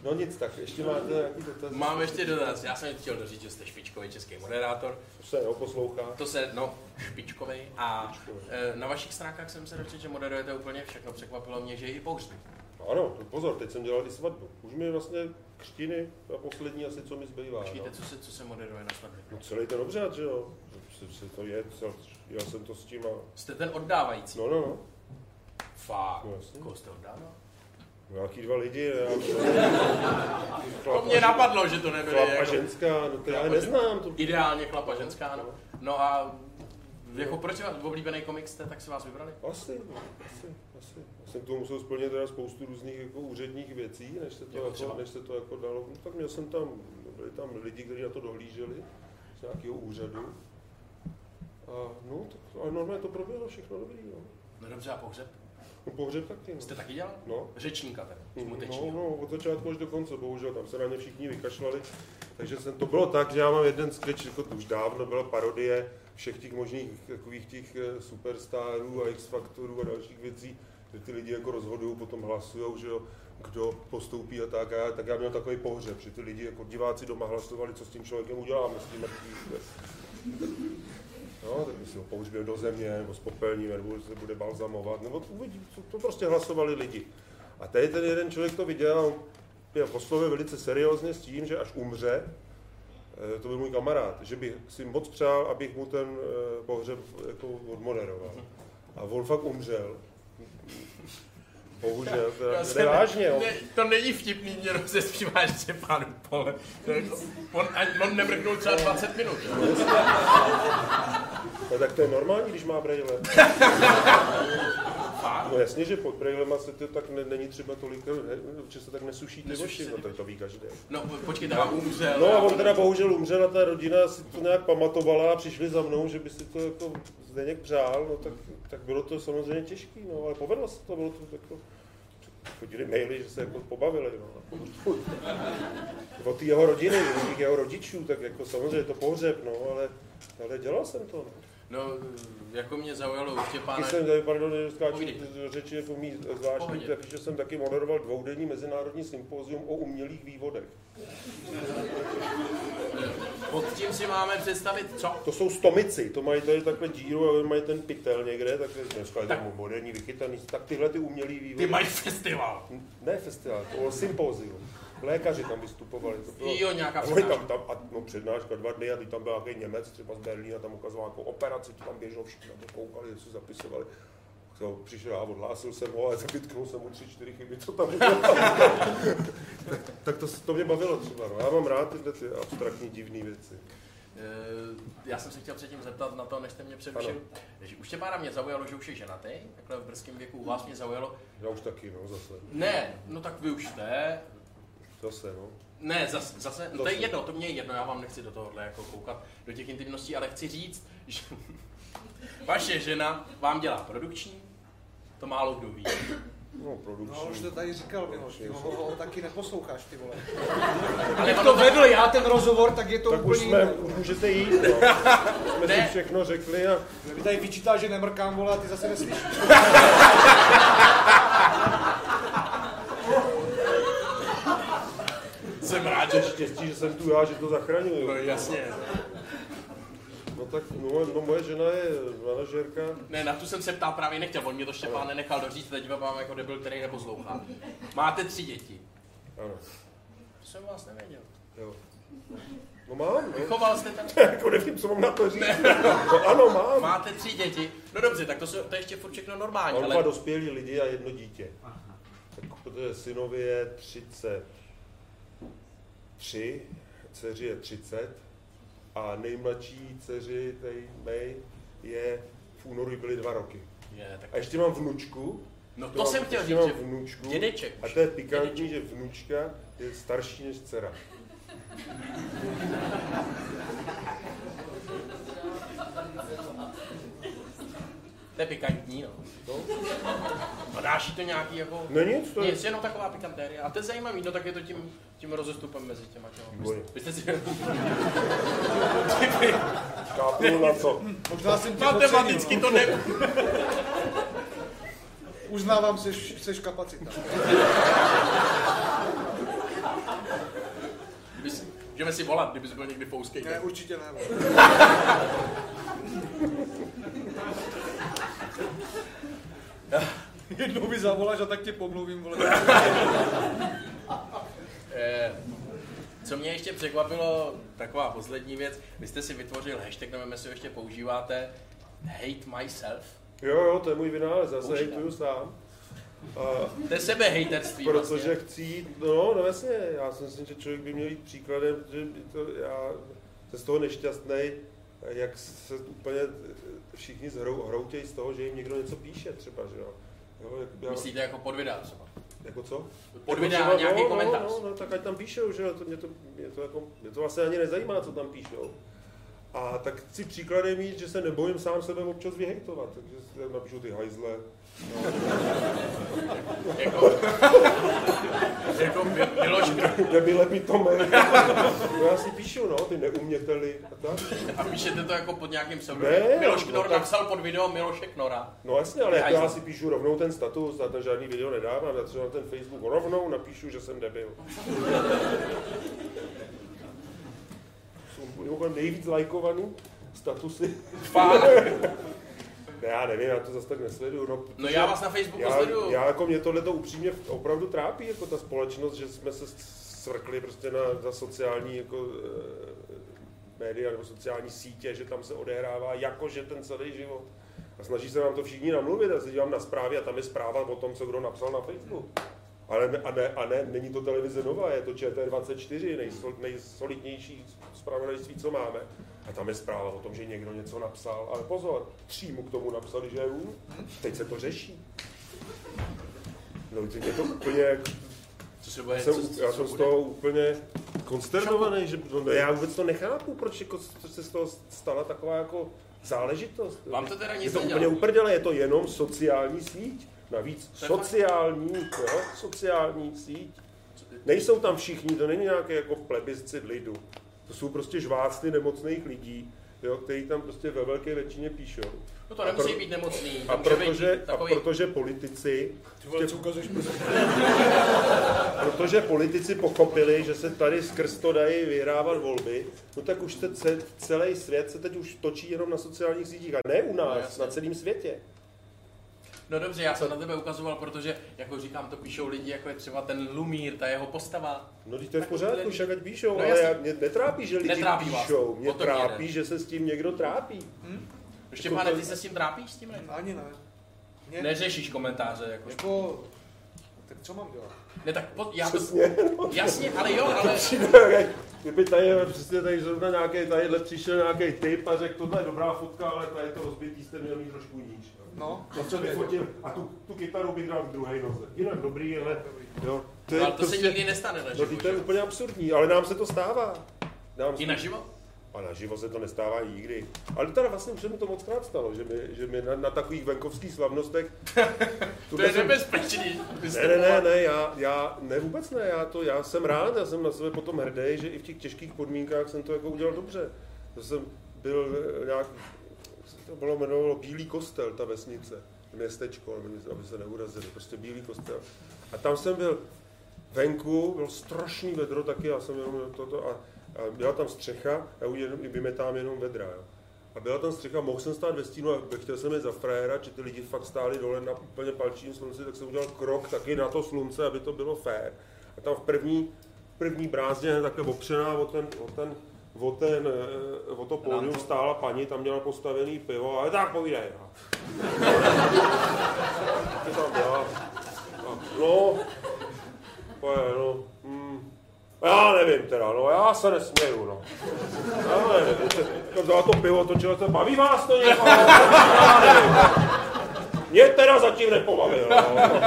Speaker 3: No nic, tak ještě máte nějaký dotaz?
Speaker 1: Mám ještě dotaz, já jsem chtěl doříct, že jste špičkový český moderátor.
Speaker 3: To se jo, poslouchá.
Speaker 1: To se, no, špičkový. A
Speaker 3: Špičkovej.
Speaker 1: eh, na vašich stránkách jsem se dočetl, že moderujete úplně všechno. Překvapilo mě, že i pohřby.
Speaker 3: Ano, to pozor, teď jsem dělal i svatbu. Už mi vlastně křtiny a poslední asi, co mi zbývá.
Speaker 1: Počkejte,
Speaker 3: No.
Speaker 1: co se, co se moderuje na svatbě?
Speaker 3: No celý ten obřad, že jo? Prostě Se, se to je, cel, já jsem to s tím a...
Speaker 1: Jste ten oddávající.
Speaker 3: No, no, no.
Speaker 1: Fakt.
Speaker 3: No, jasně.
Speaker 1: Koho jste oddával?
Speaker 3: Nějaký dva lidi, ne?
Speaker 1: To mě napadlo, že to nebyly
Speaker 3: Chlapa
Speaker 1: jako...
Speaker 3: ženská, no to já
Speaker 1: Chlapa
Speaker 3: neznám. To...
Speaker 1: Ideálně chlapa ženská, no. No a jako proč vás oblíbený komik jste, tak se vás vybrali?
Speaker 3: Asi, no, asi, asi. Já jsem k tomu musel splnit teda spoustu různých jako úředních věcí, než se to,
Speaker 1: Jako třeba?
Speaker 3: jako, než se to jako dalo. No, tak měl jsem tam, byli tam lidi, kteří na to dohlíželi z nějakého úřadu. A, no, tak, a normálně to proběhlo všechno dobrý, no.
Speaker 1: No dobře, a pohřeb?
Speaker 3: No, pohřeb taky, no.
Speaker 1: Jste taky dělal?
Speaker 3: No.
Speaker 1: Řečníka teda,
Speaker 3: No,
Speaker 1: smutečního.
Speaker 3: no, od začátku až do konce, bohužel, tam se na ně všichni vykašlali. Takže jsem, to bylo tak, že já mám jeden sketch, jako to už dávno byla parodie všech těch možných takových těch eh, superstarů a X-faktorů a dalších věcí, že ty lidi jako rozhodují, potom hlasují, že jo, kdo postoupí a tak. A já, tak já měl takový pohřeb, že ty lidi jako diváci doma hlasovali, co s tím člověkem uděláme, s tím mrtvým. No, tak si ho pohřbil do země, nebo z popelní, nebo se bude balzamovat, nebo uvidí, co- to prostě hlasovali lidi. A tady ten jeden člověk to viděl a on je oslovil velice seriózně s tím, že až umře, eh, to byl můj kamarád, že bych si moc přál, abych mu ten eh, pohřeb jako odmoderoval. A on fakt umřel. Bohužel,
Speaker 1: Já
Speaker 3: teda,
Speaker 1: jsem-
Speaker 3: nevážně, no, jo.
Speaker 1: Ne, to není vtipný, mě rozesmívá ještě pánu pole. To je- On, ani- on nemrknul třeba 20 minut. jo.
Speaker 3: No tak to je normální, když má brejle. No jasně, že pod brejlema se to tak ne, není třeba tolik, ne, že se tak nesuší ty
Speaker 1: Nesuší
Speaker 3: oči,
Speaker 1: se
Speaker 3: no
Speaker 1: ty-
Speaker 3: to, to ví každý.
Speaker 1: No po- počkejte, a umřel.
Speaker 3: No a
Speaker 1: jo.
Speaker 3: on teda bohužel umřel a ta rodina si to nějak pamatovala a přišli za mnou, že by si to jako Zdeněk přál, no tak, tak bylo to samozřejmě těžké, no ale povedlo se to, bylo to jako, chodili maily, že se jako pobavili, no. Od té jeho rodiny, od těch jeho rodičů, tak jako samozřejmě to pohřeb, no, ale, ale dělal jsem to, no.
Speaker 1: No, jako mě zaujalo u Štěpána,
Speaker 3: Taky jsem tady, pardon, že skáču
Speaker 1: Povídej.
Speaker 3: do řeči, jako mý
Speaker 1: Pohodě.
Speaker 3: zvláštní, tak, že jsem taky moderoval dvoudenní mezinárodní sympózium o umělých vývodech.
Speaker 1: pod tím si máme představit co?
Speaker 3: To jsou stomici, to mají tady takhle díru a oni mají ten pytel někde, tak dneska je
Speaker 1: Tak.
Speaker 3: tam moderní vychytaný, tak tyhle ty umělý
Speaker 1: Ty
Speaker 3: vývody.
Speaker 1: mají festival.
Speaker 3: Ne festival, to bylo sympózium. Lékaři tam vystupovali. To bylo...
Speaker 1: Jo, nějaká
Speaker 3: A oni
Speaker 1: přednáška.
Speaker 3: No. tam, tam a, no, přednáška dva dny a teď tam byl nějaký Němec třeba z Berlína, tam ukazoval jako operaci, ti tam běžel všichni, tam to koukali, co zapisovali. Tak jsem přišel a odhlásil jsem ho a vytknul jsem mu tři, čtyři chyby, co tam bylo. tak, tak to, to mě bavilo třeba, no. já mám rád tyhle ty abstraktní divné věci.
Speaker 1: Eh, Já jsem se chtěl předtím zeptat na to, než jste mě přerušil. Že U Štěpána mě zaujalo, že už je ženatý, takhle v brzkém věku. U vás mě zaujalo,
Speaker 3: Já už taky, no, zase,
Speaker 1: ne, no tak vy už jste,
Speaker 3: zase, no.
Speaker 1: Ne, zase, zase no to je
Speaker 2: Vlastně.
Speaker 3: Zase.
Speaker 1: jedno, to mě je jedno, já vám nechci do tohohle jako koukat, do těch intimností, ale chci říct, že vaše žena vám dělá produkční, to málo kdo ví.
Speaker 3: No,
Speaker 2: No, už
Speaker 3: produkční.
Speaker 2: to tady říkal Miloš, ty ho, ho taky neposloucháš, ty vole.
Speaker 1: Ale
Speaker 2: Jak
Speaker 1: ono
Speaker 2: to
Speaker 1: to,
Speaker 2: vedl já ten rozhovor, tak je to
Speaker 3: tak už
Speaker 2: úplně
Speaker 3: jsme,
Speaker 2: jiné.
Speaker 3: už můžete jít, no. Jsme
Speaker 1: Ne.
Speaker 3: si všechno řekli a
Speaker 2: Mě tady vyčítá, že nemrkám, vole, a ty zase neslyšíš.
Speaker 1: jsem rád,
Speaker 3: to je
Speaker 1: že...
Speaker 3: štěstí, že jsem tu já, že to zachraňuju.
Speaker 1: No jasně,
Speaker 3: No tak, no, no moje žena je manažerka.
Speaker 1: ne, na tu jsem se ptal právě nechtěl, on mě to Štěpán nenechal doříct, teď vám jako debil, který neposlouchá. Máte tři děti.
Speaker 3: Ano.
Speaker 1: To jsem vás nevěděl.
Speaker 3: Jo. No mám, no.
Speaker 1: Vychoval jste tam?
Speaker 3: jako nevím, co mám na to říct. No ano, mám. mám
Speaker 1: Máte tři děti. No dobře, tak to, se, to je ještě furt všechno normální,
Speaker 3: mám dva
Speaker 1: ale...
Speaker 3: dospělí lidi a jedno dítě. Tak, protože synovi je 33, dceři je 30 a nejmladší dceři, tej May, je v únoru jí byly dva roky.
Speaker 1: Je, tak...
Speaker 3: A ještě mám vnučku.
Speaker 1: No to
Speaker 3: mám-
Speaker 1: jsem chtěl
Speaker 3: ještě
Speaker 1: říct,
Speaker 3: mám
Speaker 1: že
Speaker 3: vnučku.
Speaker 1: dědeček
Speaker 3: A to je pikantní, že vnučka je starší než dcera.
Speaker 1: to je pikantní, no.
Speaker 3: No.
Speaker 1: A dáš jí to nějaký jako...
Speaker 3: No nic, to je...
Speaker 1: Nic, jenom taková pikantérie. A to je zajímavý, no tak je to tím, tím rozestupem mezi těma těma. Vy
Speaker 3: Vývoj.
Speaker 1: jste- Vy jste si...
Speaker 3: Chápu na co.
Speaker 2: Možná jsem tě podcenil,
Speaker 1: Matematicky
Speaker 2: no.
Speaker 1: to ne...
Speaker 2: Uznávám, seš, seš kapacita.
Speaker 1: Vy si- Můžeme si volat, kdybys byl někdy pouskej.
Speaker 2: Ne, určitě ne. vole. Jednou mi zavoláš a tak tě pomluvím, vole.
Speaker 1: Eh, Co mě ještě překvapilo, taková poslední věc, vy jste si vytvořil hashtag, nevím, jestli ho ještě používáte, hate myself.
Speaker 3: Jo, jo, to je můj vynález, já se
Speaker 1: Už ne.
Speaker 3: hejtuju sám. A
Speaker 1: To je sebehejterství
Speaker 3: protože
Speaker 1: vlastně.
Speaker 3: chci jít, no, no jasně, já si myslím, že člověk by měl jít příkladem, že to, já jsem z toho nešťastný, jak se úplně všichni zhrou, hroutějí z toho, že jim někdo něco píše třeba, že jo. jo jak, já,
Speaker 1: Myslíte jako pod videa třeba.
Speaker 3: jako co?
Speaker 1: Pod
Speaker 3: Jako
Speaker 1: videa
Speaker 3: třeba,
Speaker 1: nějaký
Speaker 3: no,
Speaker 1: komentář.
Speaker 3: No, no, no, tak ať tam píšou, že jo, to mě to, mě to, jako, mě to vlastně ani nezajímá, co tam píšou. A tak chci příkladem mít, že se nebojím sám sebe občas vyhejtovat, takže si tam napíšu ty hajzle.
Speaker 1: Jako, jako Mi- Miloš, Kro-
Speaker 3: Debile by to mé. No já si píšu, no, ty neuměteli a tak.
Speaker 1: a píšete to jako pod nějakým
Speaker 3: Ne,
Speaker 1: pseudonymem. Miloš
Speaker 3: no
Speaker 1: Knor
Speaker 3: tak-
Speaker 1: napsal pod video Miloše Knora.
Speaker 3: No jasně, ale
Speaker 1: Já
Speaker 3: jako já
Speaker 1: jsem-
Speaker 3: si píšu rovnou ten status, já tam žádný video nedávám, já třeba na ten Facebook rovnou napíšu, že jsem debil. Jsou mimochodem nejvíc lajkovaný statusy.
Speaker 1: Fakt.
Speaker 3: Ne, já nevím, já to zase tak nesleduju. No,
Speaker 1: No
Speaker 3: protože
Speaker 1: já vás na Facebooku
Speaker 3: já,
Speaker 1: sleduju.
Speaker 3: já, jako mě tohle to upřímně opravdu trápí, jako ta společnost, že jsme se svrkli prostě na, na sociální jako, eh, média nebo sociální sítě, že tam se odehrává jakože ten celý život. A snaží se nám to všichni namluvit. Já se dívám na zprávy a tam je zpráva o tom, co kdo napsal na Facebooku. Ale ne, a, ne, a ne, není to televize nová, je to ČT24, nejsol, nejsolidnější zpravodajství, co máme. A tam je zpráva o tom, že někdo něco napsal, ale pozor, tří mu k tomu napsali, že je um. Teď se to řeší. No, teď je to úplně, jak-
Speaker 1: Co se bude,
Speaker 3: jsem,
Speaker 1: co, co,
Speaker 3: já
Speaker 1: co
Speaker 3: jsem z
Speaker 1: bude?
Speaker 3: toho úplně konsternovaný, že no, já vůbec to nechápu, proč jako, co se z toho stala taková jako záležitost.
Speaker 1: Vám to teda
Speaker 3: Je
Speaker 1: nic
Speaker 3: to úplně
Speaker 1: nedělá.
Speaker 3: uprdele, je to jenom sociální síť. Navíc
Speaker 1: To je
Speaker 3: sociální, jo, sociální síť. Nejsou tam všichni, to není nějaký jako plebiscit lidu. To jsou prostě žvácny nemocných lidí, jo, který tam prostě ve velké většině píšou.
Speaker 1: No to nemusí být nemocný.
Speaker 3: A
Speaker 1: tam může
Speaker 3: protože,
Speaker 1: být
Speaker 3: a
Speaker 1: takový...
Speaker 3: protože politici,
Speaker 2: Ty vole, co ukazuješ mi?
Speaker 3: protože politici pochopili, že se tady skrz to dají vyhrávat volby, no tak už se ce- celý svět se teď už točí jenom na sociálních sítích a ne u
Speaker 1: No,
Speaker 3: nás,
Speaker 1: jasně.
Speaker 3: na celém světě.
Speaker 1: No dobře, já jsem na tebe ukazoval, protože, jako říkám, to píšou lidi, jako je třeba ten Lumír, ta jeho postava.
Speaker 3: No, teď to je v
Speaker 1: Tak tohle-
Speaker 3: pořádku, však ať píšou,
Speaker 1: No
Speaker 3: ale
Speaker 1: jasně.
Speaker 3: já, mě netrápí, že lidi
Speaker 1: Netrápí vás
Speaker 3: píšou,
Speaker 1: to,
Speaker 3: mě
Speaker 1: o tom
Speaker 3: trápí,
Speaker 1: jde.
Speaker 3: že se s tím někdo trápí. Jako
Speaker 1: Štěpane, ty se s tím trápíš, s tím ne?
Speaker 2: Ani ne. Ne,
Speaker 1: Neřešíš komentáře, jako.
Speaker 2: Jako, tak co mám dělat?
Speaker 1: Ne, tak po, já to,
Speaker 3: Přesně, no.
Speaker 1: jasně, ale jo, ale
Speaker 3: Kdyby tady přesně tady zrovna nějaký, tadyhle přišel nějaký typ a řekl, tohle je dobrá fotka, ale tady to rozbití jste měl mít trošku níž.
Speaker 2: No,
Speaker 3: To, co vyfotil, a tu, tu kytaru bych dal v druhé noze. Jinak dobrý, ale jo. je
Speaker 1: ale to se
Speaker 3: prostě-
Speaker 1: nikdy nestane na
Speaker 3: No, vždyť to je
Speaker 1: život.
Speaker 3: úplně prostě- absurdní, ale nám se to stává. Nám
Speaker 1: I na život?
Speaker 3: A naživo se to nestává nikdy. Ale teda vlastně už se mi to moc krát stalo, že mi, že mi na, na takových venkovských slavnostech...
Speaker 1: To je
Speaker 3: jsem-
Speaker 1: nebezpečný.
Speaker 3: ne, ne, ne, ne, já, já, ne, vůbec ne, já, to, já jsem rád, já jsem na sebe potom hrdý, že i v těch těžkých podmínkách jsem to jako udělal dobře. To jsem byl eh, nějak, jak se to bylo jmenovalo Bílý kostel, ta vesnice, městečko, ale oni- aby se neurazili, prostě Bílý kostel. A tam jsem byl venku, bylo strašný vedro taky, já jsem jenom toto a, a byla tam střecha, já už jenom, vymetám jenom vedra, jo. A byla tam střecha, mohl jsem stát ve stínu a chtěl jsem je za frajera, že ty lidi fakt stáli dole na úplně palčím slunci, tak jsem udělal krok taky na to slunce, aby to bylo fér. A tam v první, první brázdě hned takhle opřená o ten, o ten, o ten, eh, o to pódium stála paní, tam měla postavený pivo, ale tak povídej. no. Co tam byla? A, No, to je, no, mm, já nevím teda, no, já se nesměju, no. Já nevím, to vzala to pivo, točila se, baví vás to někdo? Já nevím. no. Mě teda zatím nepobavilo, no.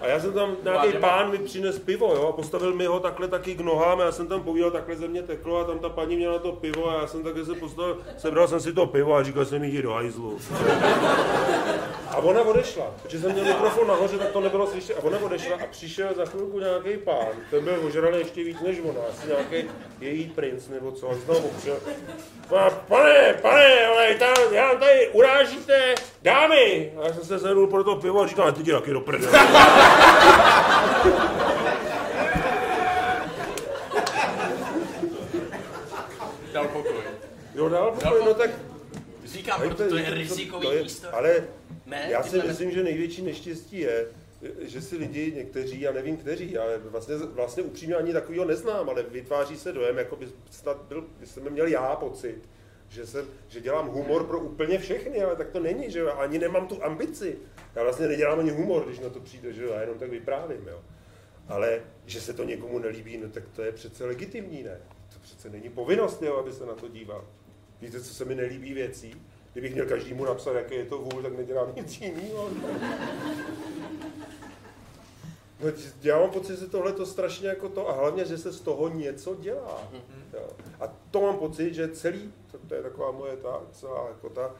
Speaker 3: A já jsem tam, nějaký
Speaker 1: Vládě-
Speaker 3: pán mi přines pivo, jo, a postavil mi ho takhle taky k nohám, a já jsem tam povídal, takhle ze mě teklo, a tam ta paní měla to pivo, a já jsem takhle se postavil, sebral jsem si to pivo a říkal jsem jí jdi do hajzlu. A ona odešla, protože jsem měl mikrofon nahoře, tak to nebylo slyšet. A ona odešla a přišel za chvilku nějaký pán, ten byl ožralý ještě víc než ona, asi nějaký její princ nebo co, a znovu opřel. No A pane, pane, ale tam, já nám tady urážíte dámy. A já jsem se zvedl pro to pivo a říkal, "A ty jdi taky do prdele.
Speaker 1: Dal pokoj.
Speaker 3: Jo, dál, pokoj, no tak
Speaker 1: Říkám,
Speaker 3: Ale
Speaker 1: proto to je
Speaker 3: to-
Speaker 1: rizikový
Speaker 3: to je-
Speaker 1: místo.
Speaker 3: Ale
Speaker 1: Ne,
Speaker 3: já
Speaker 1: ty
Speaker 3: si
Speaker 1: to ne-
Speaker 3: myslím, že největší neštěstí je, že si lidi někteří, já nevím kteří, ale vlastně, vlastně upřímně ani takovýho neznám, ale vytváří se dojem, jako by snad byl, by jsem měl já pocit, že, jsem, že dělám humor pro úplně všechny, ale tak to není, že jo, ani nemám tu ambici. Já vlastně nedělám ani humor, když na to přijde, že jo, já jenom tak vyprávím, jo. Ale že se to někomu nelíbí, no tak to je přece legitimní, ne? To přece není povinnost, jo, aby se na to díval. Víte, co se mi nelíbí věcí? Kdybych měl každému napsat, jaký je to vůl, tak nedělám nic jiného. No, já mám pocit, že tohle to strašně jako to, a hlavně, že se z toho něco dělá. Jo. A to mám pocit, že celý, to, to je taková moje ta, celá jako ta,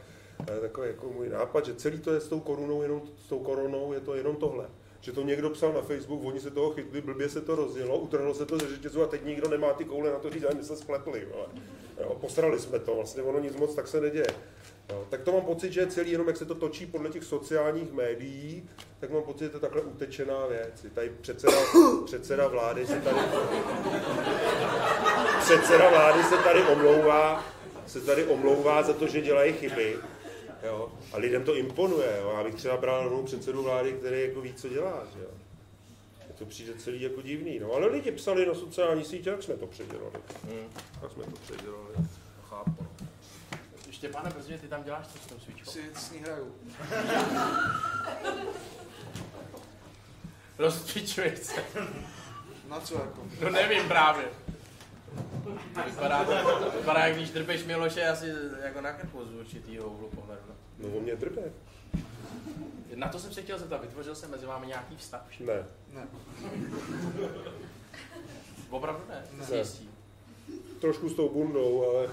Speaker 3: eh, takový jako můj nápad, že celý to je s tou korunou, jenom, s tou koronou je to jenom tohle. Že to někdo psal na Facebook, oni se toho chytli, blbě se to rozjelo, utrhlo se to ze řetězu a teď nikdo nemá ty koule na to říct, ale my se spletli. Vole. Jo, posrali jsme to, vlastně ono nic moc tak se neděje. Jo, No, tak to mám pocit, že je celý jenom, jak se to točí podle těch sociálních médií, tak mám pocit, že to je takhle utečená věc. Je Tady předseda, předseda vlády se tady... Předseda vlády se tady omlouvá se tady omlouvá za to, že dělají chyby. Jo? A lidem to imponuje. Jo? Já bych třeba bral rovnou předsedu vlády, který jako ví, co dělá. Že jo? Mně to přijde celý jako divný. No, ale lidi psali na sociální sítě, jak jsme to předělali.
Speaker 1: Hmm.
Speaker 3: Jak jsme to předělali.
Speaker 2: Chápu.
Speaker 1: Štěpáne, protože ty tam děláš co s tou svíčkou?
Speaker 2: Si s ní hraju.
Speaker 1: Rozcvičuješ se.
Speaker 2: Na co jako?
Speaker 1: No nevím právě. To Vypadá, to vypadá jak když drpeš Miloše asi jako na krku z určitýho úhlu pohledu. no.
Speaker 3: No on mě drbe.
Speaker 1: Na to jsem se chtěl zeptat, vytvořil se mezi vámi nějaký vztah? už?
Speaker 3: Ne.
Speaker 2: Ne.
Speaker 1: Opravdu ne,
Speaker 2: Ne.
Speaker 1: s jistí.
Speaker 3: Trošku s tou bundou, ale,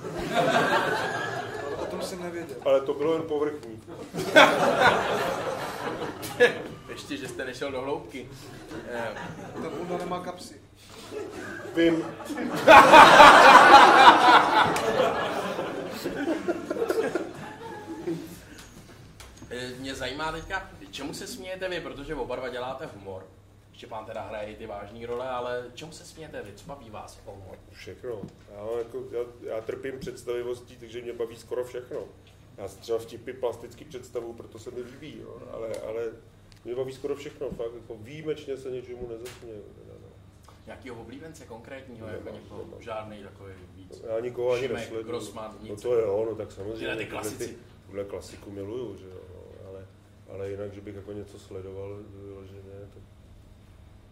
Speaker 2: Ale o tom jsem nevěděl.
Speaker 3: ale to bylo jen povrchní.
Speaker 1: Ještě, že jste nešel do hloubky. Eh,
Speaker 2: Ta bunda nemá kapsy.
Speaker 3: Vím,
Speaker 1: eh, Mě zajímá teďka, čemu se smějete vy, protože oba dva děláte humor. Štěpán teda hraje i ty vážní role, ale čemu se smějete vy, co baví vás jako humor?
Speaker 3: Všechno. Já, mám jako, já, já trpím představivostí, takže mě baví skoro všechno. Já si třeba vtipy plasticky představu, proto se mi líbí, jo. Ale, ale mě baví skoro všechno, fakt jako výjimečně se něčemu nezasměju. teda, no.
Speaker 1: Nějakýho oblíbence konkrétního,
Speaker 3: Nemám,
Speaker 1: jako někoho,
Speaker 3: nemám.
Speaker 1: žádný takový víc.
Speaker 3: Já nikoho ani
Speaker 1: Šimek,
Speaker 3: nesleduju.
Speaker 1: Grossman,
Speaker 3: No
Speaker 1: nic.
Speaker 3: to jo, no tak samozřejmě.
Speaker 1: Tyhle ty
Speaker 3: tyhle
Speaker 1: klasici.
Speaker 3: ty- Tuhle klasiku miluju, že jo, no, ale, ale jinak, že bych jako něco sledoval vyloženě, to,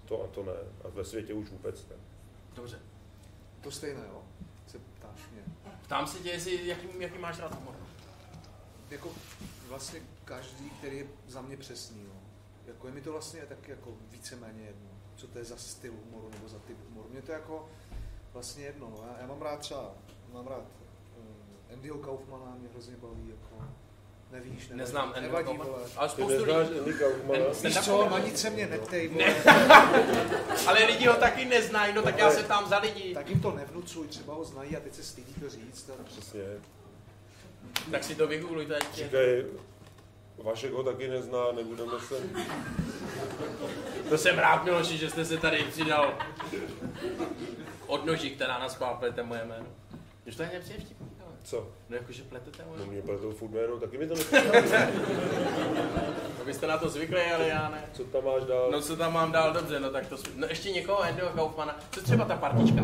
Speaker 3: to a to ne. A ve světě už vůbec ne.
Speaker 1: Dobře.
Speaker 2: To stejné, jo? Se ptáš mě.
Speaker 1: Ptám se tě, jestli, jaký, jaký máš rád humor.
Speaker 2: Jako vlastně každý, který je za mě přesný, jo. Jako je mi to vlastně taky jako víceméně jedno, co to je za styl humoru nebo za typ humoru. Mně to jako vlastně jedno, no. Já, já mám rád třeba, mám rád um, Andyho Kaufmana, mě hrozně baví, jako nevíš, nevadí,
Speaker 1: Neznám Andy
Speaker 2: nevadí,
Speaker 1: Kaufman,
Speaker 2: vole.
Speaker 1: ale
Speaker 3: Ty
Speaker 1: spoustu
Speaker 3: neznáš
Speaker 1: lidí,
Speaker 3: Andy Kaufmana?
Speaker 1: Ten-
Speaker 2: Víš co, na nic se mě neptej, vole.
Speaker 1: ale lidi ho taky neznají, no tak já se tam za lidi.
Speaker 2: tak jim to nevnucuj, třeba ho znají a teď se stydí to říct. A...
Speaker 3: Přesně.
Speaker 1: Tak si to vygooglujte, ať je-
Speaker 3: Říkají, Vašek ho taky nezná, nebudeme se...
Speaker 1: To jsem rád, Miloši, že jste se tady přidal od noží, která nás pál plete moje jméno. Už to ani nepřijde vtipný, ale.
Speaker 3: Co?
Speaker 1: No jakože pletete moje
Speaker 3: No
Speaker 1: jméno.
Speaker 3: mě pletou furt jméno, taky mi to nepřijde.
Speaker 1: No, vy jste na to zvyklí, ale já ne.
Speaker 3: Co tam máš dál?
Speaker 1: No co tam mám dál, dobře, no tak to jsme- No ještě někoho, Andyho Kaufmana. Co třeba ta partička?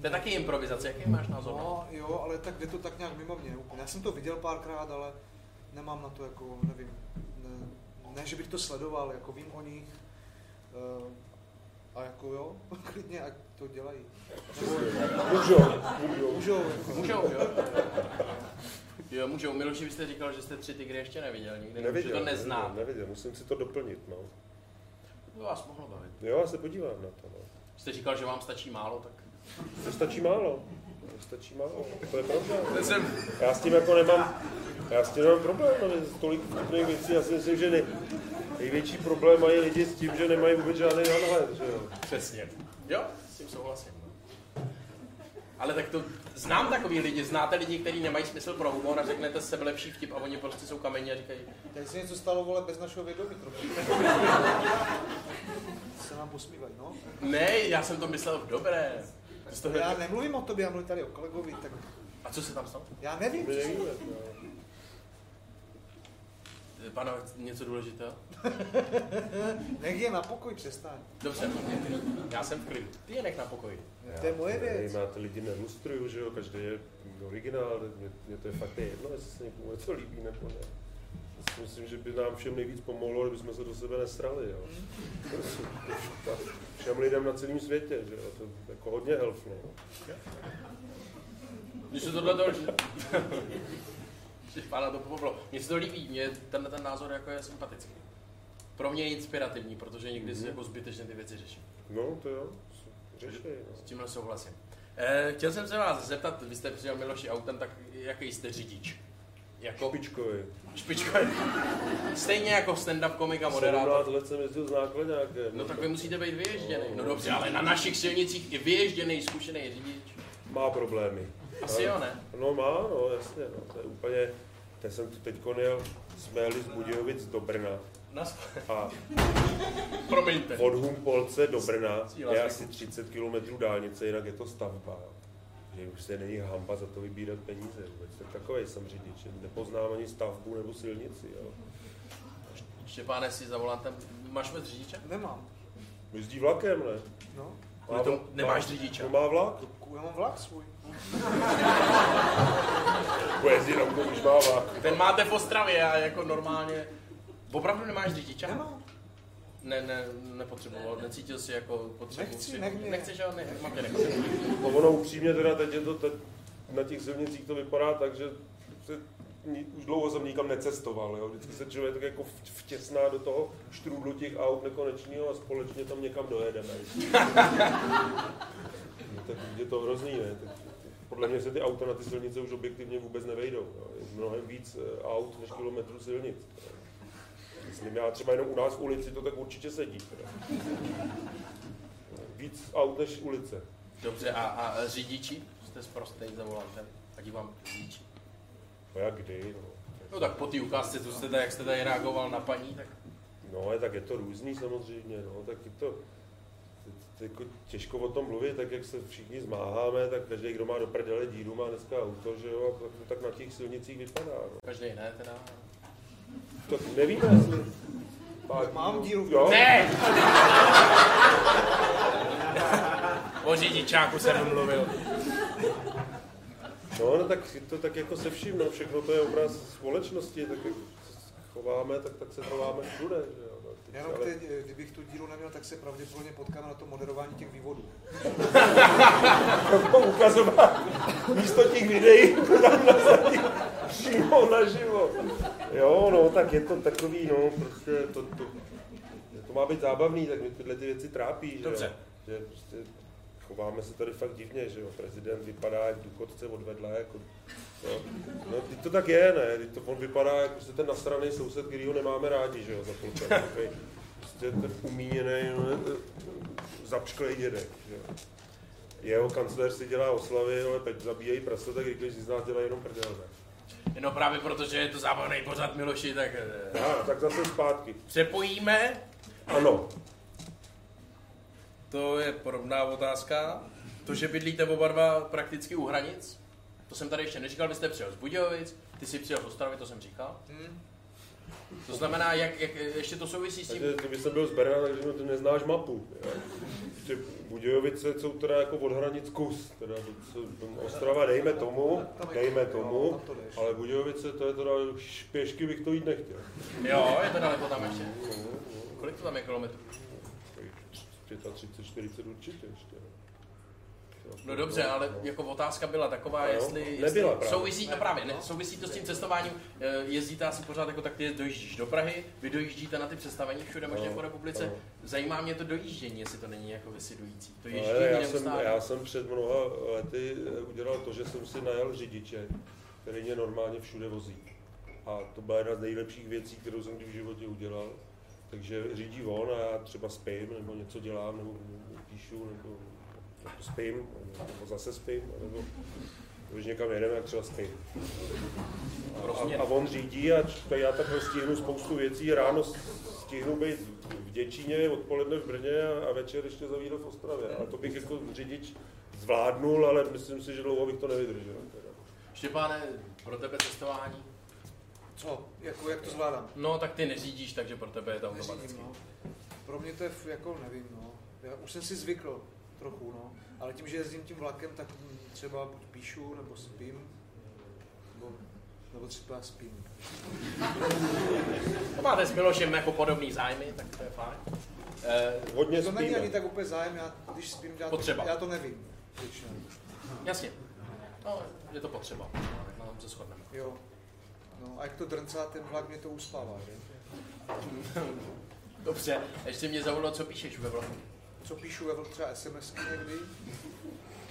Speaker 1: To je taky improvizace, jaký máš názor? No.
Speaker 2: No jo, ale tak jde to tak nějak mimo mě úplně. Já jsem to viděl párkrát, ale nemám na to jako, nevím, ne, ne že bych to sledoval, jako vím o nich. Uh, a jako jo, klidně, ať to dělají. Nebo
Speaker 3: Můžou, můžou.
Speaker 2: můžou, jako.
Speaker 1: Můžou, jo? Jo, můžou. Miloši, vy jste říkal, že jste tři tygry ještě neviděl nikdy, neviděl, že to neznám.
Speaker 3: Neviděl, neviděl, musím si to doplnit, no.
Speaker 1: To vás mohlo bavit.
Speaker 3: Jo, já se podívám na to, no.
Speaker 1: Jste říkal, že vám stačí málo, tak...
Speaker 3: To stačí málo. To stačí málo, to je pravda.
Speaker 1: Ten jsem...
Speaker 3: Já s tím jako nemám, já s tím nemám problém, ale tolik vtipných věcí, já si myslím, že nej, největší problém mají lidi s tím, že nemají vůbec žádný nadhled, že jo.
Speaker 1: Přesně. Jo, s tím souhlasím. Ale tak to... Znám takový lidi, znáte lidi, kteří nemají smysl pro humor a řeknete sebe lepší vtip a oni prostě jsou kamení a říkají,
Speaker 2: Tady se něco stalo, vole, bez našeho vědomí trochu. se nám posmívají, no.
Speaker 1: ne, já jsem to myslel v dobré. To z toho
Speaker 2: Já nemluvím o tobě, já mluvím tady o kolegovi, tak
Speaker 1: A co se tam stalo?
Speaker 2: já nevím.
Speaker 3: My
Speaker 2: co se-
Speaker 3: nevíme, no.
Speaker 1: Pane, něco důležitého?
Speaker 2: Nech je na pokoj, přestaň.
Speaker 1: Dobře, já jsem v klidu. Ty je nech na pokoji.
Speaker 2: To je moje
Speaker 3: nevím,
Speaker 2: věc.
Speaker 3: Já ty lidi nelustruju, že jo, každý je originál, tak mě, mě to je fakt jedno, jestli se někomu něco líbí nebo ne. Já si myslím, že by nám všem nejvíc pomohlo, kdybychom se do sebe nesrali, jo.
Speaker 2: Mhm.
Speaker 3: Prosím, Všem lidem na celém světě, že jo, to je jako hodně helpful. jo.
Speaker 1: Mně se tohle to... Pána to pobavilo. Mně se to líbí, mě tenhle ten názor jako je sympatický. Pro mě je inspirativní, protože někdy si
Speaker 3: Mhm.
Speaker 1: jako zbytečně ty věci řeším.
Speaker 3: No, to jo, řešej,
Speaker 1: S
Speaker 3: no.
Speaker 1: tímhle souhlasím. Eh, chtěl jsem se vás zeptat, vy jste přijel Miloši autem, tak jaký jste řidič? Jako
Speaker 3: Kopičkovi.
Speaker 1: špička. Stejně jako stand-up komik a moderátor.
Speaker 3: 17 let jsem jezdil s nákladňákem.
Speaker 1: No tak vy musíte být vyježděný. No dobře, ale na našich silnicích i vyježděný, zkušený řidič.
Speaker 3: Má problémy.
Speaker 1: Asi jo, ne?
Speaker 3: No má, no jasně, no, to je úplně, teď jsem tu teďkon jel, jsme jeli z Budějovic do Brna
Speaker 1: Nas...
Speaker 3: a
Speaker 1: Promiňte.
Speaker 3: Od Humpolce do Brna
Speaker 1: Cíla
Speaker 3: je
Speaker 1: jsme.
Speaker 3: asi 30 km dálnice, jinak je to stavba. jo. že už se není hamba za to vybírat peníze vůbec. Tak takový jsem řidič, že nepoznám ani stavbu nebo silnici. Jo.
Speaker 1: Štěpáne si za volantem, máš vůbec řidiče?
Speaker 2: Nemám.
Speaker 3: Jezdí vlakem, ne?
Speaker 2: No,
Speaker 1: Kvůli tomu nemáš řidiče.
Speaker 3: No má vlak?
Speaker 2: ku- já mám vlak svůj.
Speaker 3: Jako jezdí na už má vlak.
Speaker 1: Ten máte v Ostravě a jako normálně... Opravdu nemáš řidiče?
Speaker 2: Nemám.
Speaker 1: Ne, ne, nepotřeboval, necítil si jako potřebu.
Speaker 2: Nechci,
Speaker 1: si-
Speaker 2: nech mě.
Speaker 1: Nechceš, ale ne, mám tě nechci.
Speaker 3: A No, ono upřímně teda teď je to, teď, na těch silnicích to vypadá tak, že se, ni- už dlouho jsem nikam necestoval, jo. Vždycky se člověk tak jako v- vtěsná do toho štrůdlu těch aut nekonečného a společně tam někam dojedeme. no, tak je to hrozný, ne? Tak, podle mě se ty auta na ty silnice už objektivně vůbec nevejdou. Jo. Je mnohem víc eh, aut než kilometrů silnic. jo. Myslím, já třeba jenom u nás v ulici to tak určitě sedí. teda. Víc aut než ulice.
Speaker 1: Dobře, a, a řidiči? Jste sprostej za volantem. Taky vám řidiči.
Speaker 3: No jak kdy, no.
Speaker 1: No tak po té ukázce, co jste tady, jak jste tady reagoval na paní, tak
Speaker 3: No, ale tak je to různý samozřejmě, no, tak je to, to- to jako těžko o tom mluvit, tak jak se všichni zmáháme, tak každý, kdo má do prdele díru, má dneska auto, že jo, a tak, to tak na těch silnicích vypadá, no.
Speaker 1: každý ne teda.
Speaker 3: Tak nevíme, jestli... Pár
Speaker 2: Mám díru v-
Speaker 3: Jo,
Speaker 1: Ne! O řidičáku jsem mluvil.
Speaker 3: no, no, tak si to tak jako se vším, no, všechno to je obraz společnosti, tak jak se chováme, tak, tak se chováme všude, že jo. No, teď,
Speaker 2: Jenom
Speaker 3: ale-
Speaker 2: teď, eh, kdybych tu díru neměl, tak se pravděpodobně potkáme na tom moderování těch vývodů.
Speaker 3: to ukazovat místo těch videí to tam nasadí přímo naživo. Jo, no, tak je to takový, no, prostě to, to, to má být zábavný, tak mě tyhle ty věci trápí, že jo.
Speaker 1: Dobře.
Speaker 3: Že prostě chováme se tady fakt divně, že jo, prezident vypadá jak důchodce od vedle, jako, jo. No, teď to tak je, ne, teď to on vypadá jako prostě ten nasraný soused, který ho nemáme rádi, že jo, za půlka, takový, prostě ten umíněný, no, zapšklej dědek, že jo jeho kancléř si dělá oslavy, ale teď zabíjejí prase, tak když si z nás dělá jenom prdel, ne?
Speaker 1: No právě protože je to zábavný pořad Miloši, tak eh,
Speaker 3: A, tak zase zpátky.
Speaker 1: přepojíme.
Speaker 3: Ano,
Speaker 1: To je podobná otázka. To, že bydlíte oba dva prakticky u hranic, to jsem tady ještě neříkal, vy jste přijel z Budějovic, ty jsi přijel z Ostravy, to jsem říkal.
Speaker 3: Hmm.
Speaker 1: To znamená, jak, jak ještě to souvisí s tím,
Speaker 3: takže kdyby jsem byl z Berna, takže mi ty neznáš mapu. jo. Ještě Budějovice jsou teda jako od hranic kus, teda to- co- Ostrava dejme tomu, dejme
Speaker 2: no,
Speaker 3: tomu, ale Budějovice to je teda, š- pěšky bych to jít nechtěl. No,
Speaker 1: jo, je to daleko tam ještě. Kolik to tam je kilometrů?
Speaker 3: 35, 40 no. určitě ještě. jo.
Speaker 1: No dobře, ale jako otázka byla taková,
Speaker 3: Ano,
Speaker 1: jestli, jestli
Speaker 3: nebyla právě.
Speaker 1: souvisí, no právě, ne, souvisí to s tím cestováním, eh, jezdíte asi pořád jako tak, ty dojíždíš do Prahy, vy dojíždíte na ty představení všude možně
Speaker 3: Ano,
Speaker 1: po republice,
Speaker 3: ano.
Speaker 1: zajímá mě to dojíždění, jestli to není jako vysidující, to
Speaker 3: Ale
Speaker 1: ježdění
Speaker 3: No, já, jsem,
Speaker 1: neustále.
Speaker 3: já jsem před mnoha lety eh, udělal to, že jsem si najal řidiče, který mě normálně všude vozí. A to byla jedna z nejlepších věcí, kterou jsem kdy v životě udělal. Takže řídí on a já třeba spím, nebo něco dělám, nebo píšu, nebo, nebo spím, nebo zase spím, nebo když někam jedeme, tak třeba spím. A,
Speaker 1: Rozměr.
Speaker 3: a on řídí a č- já takhle stihnu spoustu věcí. Ráno s- stihnu být v Děčíně, odpoledne v Brně a, a večer ještě zavídat v Ostravě. A to bych jako řidič zvládnul, ale myslím si, že dlouho bych to nevydržel. Teda.
Speaker 1: Štěpáne, pro tebe cestování?
Speaker 2: Co? Jako, jak to zvládám?
Speaker 1: No tak ty neřídíš, takže pro tebe je to automaticky.
Speaker 2: Neřídím, no. Pro mě to je f- jako, nevím, no. Já už jsem si zvykl trochu, no. Ale tím, že jezdím tím vlakem, tak mm, třeba buď píšu, nebo spím, nebo, nebo třeba spím.
Speaker 1: To No, máte s Milošem jako podobný zájmy, tak to je fajn. Eh,
Speaker 3: Hodně
Speaker 2: To není ani
Speaker 3: spíme.
Speaker 2: tak úplně zájem, já když spím, já to,
Speaker 1: Potřeba.
Speaker 2: já to nevím. Většinou.
Speaker 1: jasně, no, je to potřeba, na tom se shodneme.
Speaker 2: Jo. No a jak to drncá ten vlak, mě to uspává, že?
Speaker 1: Dobře, ještě mě zaujalo, co píšeš ve vlaku.
Speaker 2: Co píšu, já třeba SMSky někdy,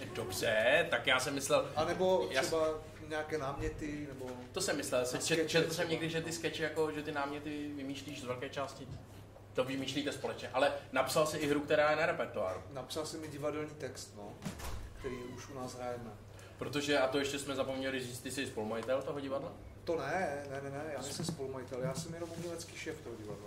Speaker 1: Eh, Dobře, tak já jsem myslel,
Speaker 2: anebo
Speaker 1: Jas-
Speaker 2: třeba nějaké náměty, nebo...
Speaker 1: to jsem myslel, se, čet,
Speaker 2: skeče
Speaker 1: četl jsem
Speaker 2: třeba.
Speaker 1: někdy, že ty skeče, jako, že ty náměty vymýšlíš z velké části, to vymýšlíte společně, ale napsal si i hru, která je na repertoáru.
Speaker 2: Napsal jsem mi divadelní text, no, který už u nás hrajeme.
Speaker 1: Protože, a to ještě jsme zapomněli říct, ty jsi spolumajitel toho divadla?
Speaker 2: To ne, ne, ne, ne, já nejsem spolumajitel, já jsem jenom umělecký šéf toho divadla.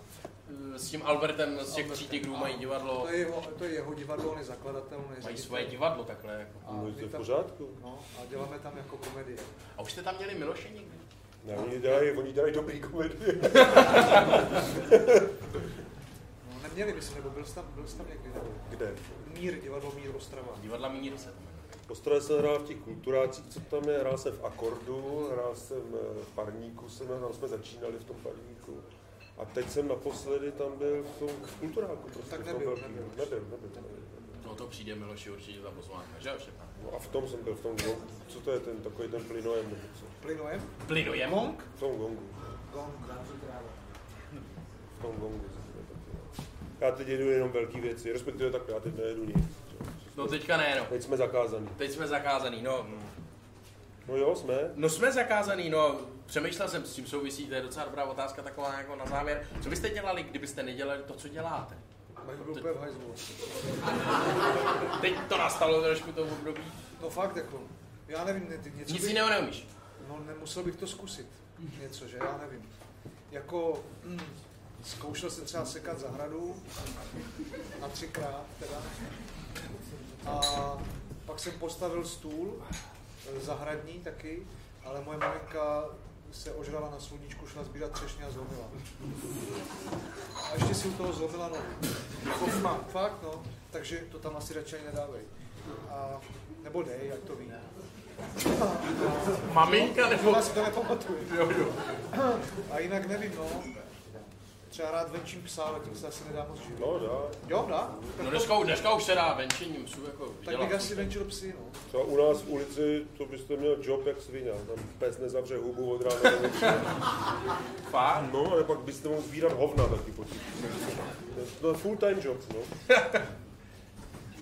Speaker 1: eh, s tím Albertem z těch tří tigrů mají divadlo,
Speaker 2: no. To je jeho, to je jeho divadlo, on je zakladatel, on je
Speaker 1: mají
Speaker 2: ředitel.
Speaker 1: svoje divadlo takhle. Jako.
Speaker 2: A
Speaker 3: No,
Speaker 2: my
Speaker 3: to je v
Speaker 2: tam-
Speaker 3: pořádku.
Speaker 2: No, a děláme tam jako komedie.
Speaker 1: A už jste tam měli Miloše někdy?
Speaker 3: Ne, oni dělají, oni dělají dobrý komedie.
Speaker 2: No, neměli myslím, nebo byl jsi tam, byl jsi tam někdy, nebo
Speaker 3: Kde?
Speaker 2: Mír, divadlo Mír Ostrava.
Speaker 1: Divadla Mír se tam.
Speaker 3: V Ostrově jsem hrál v těch kulturácích, co tam je, hrál jsem v Akordu, hrál jsem eh, v Parníku, jsem, hrál, tam jsme začínali v tom Parníku. A teď jsem naposledy tam byl v tom v kulturáku, prostě
Speaker 2: Tak
Speaker 3: v tom
Speaker 2: nebyl,
Speaker 3: velkým.
Speaker 2: nebyl.
Speaker 3: Nebyl, nebyl, nebyl.
Speaker 1: No to přijde Miloši určitě za pozvánka, že jo, Štěpán?
Speaker 3: No a v tom jsem byl, v tom gongu. Co to je ten takový ten plynojem nebo co?
Speaker 2: Plynojem?
Speaker 1: Plynuje Monk?
Speaker 3: V tom gongu.
Speaker 2: Gong.
Speaker 3: V tom gongu jsem byl taky. no. Já teď jedu jenom velké věci, respektive tak já teď nejedu nic.
Speaker 1: No teďka ne, no.
Speaker 3: Teď jsme zakázaní.
Speaker 1: Teď jsme zakázaný, no.
Speaker 3: No jo, jsme.
Speaker 1: No jsme zakázaný, no. Přemýšlel jsem, s tím souvisí, to je docela dobrá otázka, taková jako na závěr. Co byste dělali, kdybyste nedělali to, co děláte?
Speaker 2: Mají byl úplně v hajzlu.
Speaker 1: Teď to nastalo trošku to období.
Speaker 2: No fakt jako, já nevím, ne, ty něco
Speaker 1: Nic
Speaker 2: bych-
Speaker 1: jiného neumíš.
Speaker 2: No nemusel bych to zkusit. Něco, že já nevím. Jako, mm, zkoušel jsem třeba sekat zahradu na třikrát teda. A pak jsem postavil stůl eh, zahradní taky, ale moje maminka se ožrala na sluníčku, šla sbírat třešně a zlomila. A ještě si u toho zlomila nohu. Kofma, fakt no. Takže to tam asi radši ani nedávej. A, nebo dej, jak to ví.
Speaker 1: Maminka
Speaker 2: To
Speaker 1: nebo...
Speaker 2: vás to nepamatuju.
Speaker 1: Jo, jo.
Speaker 2: A jinak nevím, no. Třeba rád venčím psa, ale tím se asi nedá moc živit.
Speaker 3: No dá.
Speaker 2: Jo, dá?
Speaker 1: No dneska, dneska už se dá venčením psů jako
Speaker 2: Tak bych
Speaker 1: vydělat.
Speaker 2: asi venčil psy, no.
Speaker 3: Třeba u nás v ulici, to byste měl job jak svině, tam pes nezavře hubu od rána do večera.
Speaker 1: Fakt?
Speaker 3: No, ale pak byste mohl sbírat hovna taky potichu. To je full time job, no.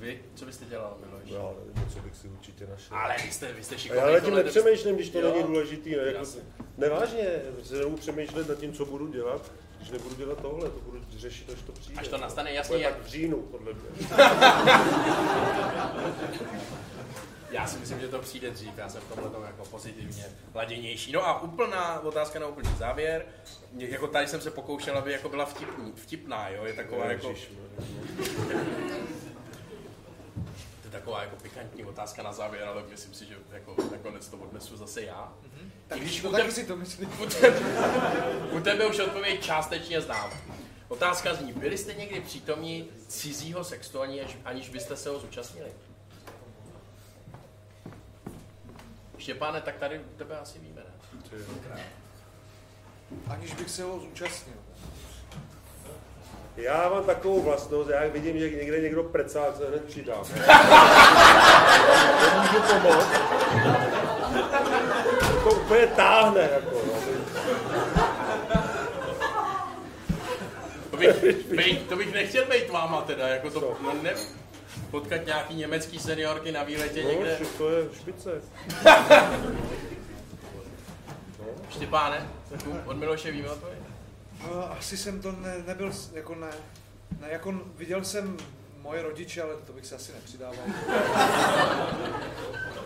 Speaker 1: Vy, co byste dělal, Miloš?
Speaker 3: Já nevím, něco bych si určitě našel.
Speaker 1: Ale vy jste, vy jste
Speaker 3: A
Speaker 1: šikovný.
Speaker 3: já nad tím
Speaker 1: tohle-
Speaker 3: nepřemýšlím, když to
Speaker 1: jako Jo.
Speaker 3: není důležitý. Ne? Jako,
Speaker 1: Jasně.
Speaker 3: nevážně, se nebudu přemýšlet nad tím, co budu dělat, když nebudu dělat tohle, to budu řešit, až to přijde.
Speaker 1: Až to nastane,
Speaker 3: No.
Speaker 1: jasně,
Speaker 3: Bude
Speaker 1: jak-
Speaker 3: tak v říjnu, podle mě.
Speaker 1: Já si myslím, že to přijde dřív, já jsem v tomhle tom jako pozitivně laděnější. No a úplná otázka na úplný závěr. Mě- Jako tady jsem se pokoušel, aby jako byla vtipný, vtipná, jo, je taková jako,
Speaker 3: Ježišmarja.
Speaker 1: to je taková jako pikantní otázka na závěr, ale myslím si, že jako nakonec to odnesu zase já. I
Speaker 2: Tak
Speaker 1: když
Speaker 2: no,
Speaker 1: u tebe-
Speaker 2: tak si to myslím.
Speaker 1: u tebe, u tebe už odpověď částečně znám. Otázka zní, byli jste někdy přítomní cizího sexu, ani, aniž byste se ho zúčastnili? Štěpáne, tak tady u tebe asi víme, ne?
Speaker 3: Ty jo.
Speaker 2: Aniž bych se ho zúčastnil.
Speaker 3: Já mám takovou vlastnost, já jak vidím, že někde někdo precá, se hned přidám. Nemůžu pomoct. To úplně táhne, jako. No.
Speaker 1: To bych, bejt, to bych nechtěl být váma teda, jako to,
Speaker 3: Co?
Speaker 1: no ne, potkat nějaký německý seniorky na výletě
Speaker 3: No,
Speaker 1: někde.
Speaker 3: ši- to je špice.
Speaker 1: Štěpáne, tu od Miloše víme odpověď?
Speaker 2: No, asi jsem to ne, nebyl, s- jako ne, ne, jako n- viděl jsem moje rodiče, ale to bych se asi nepřidával.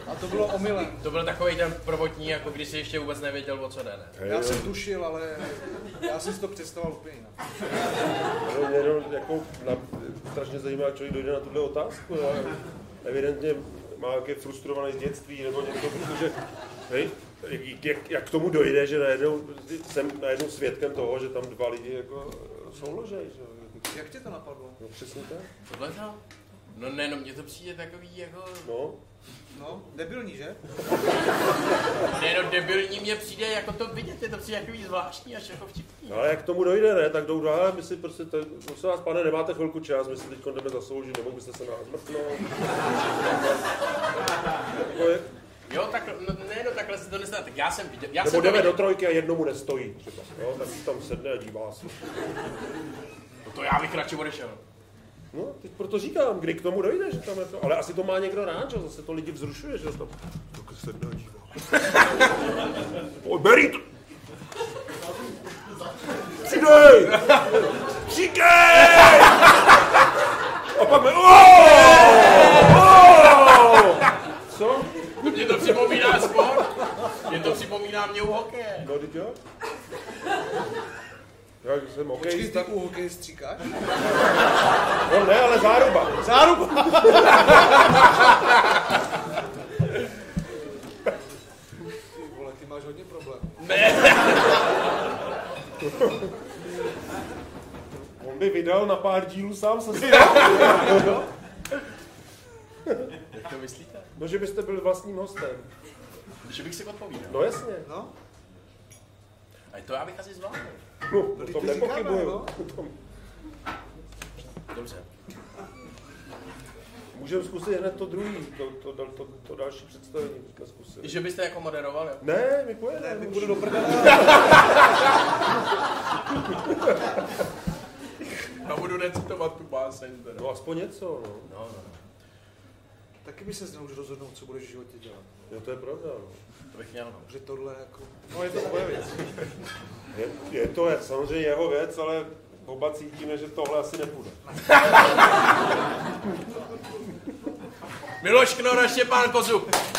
Speaker 2: A to bylo omylem.
Speaker 1: To byl takový ten prvotní, jako když si ještě vůbec nevěděl, o co jde, ne?
Speaker 2: Já jsem tušil, ale já jsem si to představoval úplně jinak.
Speaker 3: Jenom, jenom jako na, strašně zajímá, člověk dojde na tuhle otázku. Já, evidentně má nějaké frustrované z dětství nebo něco, protože hej, jak, jak, jak, k tomu dojde, že najednou jsem najednou svědkem toho, že tam dva lidi jako souložejí. Že? jo.
Speaker 2: Jak tě to napadlo?
Speaker 3: No přesně tak.
Speaker 1: Tohle to? No ne, no mně to přijde takový jako,
Speaker 3: No,
Speaker 2: No, debilní, že?
Speaker 1: ne no debilní mně přijde jako to vidět, je to přijde takový zvláštní až jako vtipný.
Speaker 3: ale jak k tomu dojde, ne, tak jdou dál, my si prostě, to, prosím vás, pane, nemáte chvilku čas, my si teď jdeme zasloužit, nebo byste se nás mrknout. Jako je-
Speaker 1: Jo, tak, no, ne no takhle se to nestane, tak já jsem viděl, já
Speaker 3: Nebo
Speaker 1: jsem to
Speaker 3: jdeme do
Speaker 1: viděl,
Speaker 3: trojky a jednomu nestojí třeba, jo, tak si tam sedne a dívá se.
Speaker 1: no to já bych radši odešel.
Speaker 3: No, teď proto říkám, kdy k tomu dojde, že tam je to, ale asi to má někdo rád, že zase to lidi vzrušuje, že tam, tak se sedne a dívá. Pojď, Beri to! Přidej! Přikej! A pak mi, Co?
Speaker 1: Mně to připomíná sport, mně to připomíná mě u hokeje.
Speaker 3: No, teď jo? No, Já
Speaker 2: Počkej,
Speaker 3: jsem
Speaker 2: ty
Speaker 3: hokejista.
Speaker 2: u hokeje stříkáš?
Speaker 3: No ne, ale záruba.
Speaker 2: Záruba! Ty vole, ty máš hodně problémů.
Speaker 3: On by vydal na pár dílů sám se si.
Speaker 1: Jak to myslíte?
Speaker 3: No, že byste byl vlastním hostem.
Speaker 1: Že bych si odpovídal.
Speaker 3: No jasně.
Speaker 2: No,
Speaker 1: A to já bych asi zvládl.
Speaker 3: No, o
Speaker 2: teď
Speaker 3: tom
Speaker 2: to říkáme,
Speaker 3: nepochybuju.
Speaker 2: no.
Speaker 3: O tom-
Speaker 1: Dobře.
Speaker 3: Můžeme zkusit hned to druhý, to, to, to, to, to další představení jsme zkusili.
Speaker 1: Že byste jako moderoval, jo?
Speaker 3: Ne, my pojedeme.
Speaker 2: ne,
Speaker 3: Ne,
Speaker 2: my
Speaker 3: my
Speaker 2: budu
Speaker 3: budeme
Speaker 2: do
Speaker 3: do...
Speaker 2: prdele.
Speaker 1: Já budu recitovat tu báseň. teda.
Speaker 3: No aspoň něco, no.
Speaker 1: No, no, no.
Speaker 2: Taky by se nemůžu rozhodnout, co budeš v životě dělat.
Speaker 3: Jo, to je pravda, no.
Speaker 1: To bych měl, no.
Speaker 2: Že tohle jako...
Speaker 3: No, je to tvoje věc. Je, je to je, samozřejmě jeho věc, ale oba cítíme, že tohle asi nepůjde.
Speaker 1: Miloš Knor a Štěpán Kozub.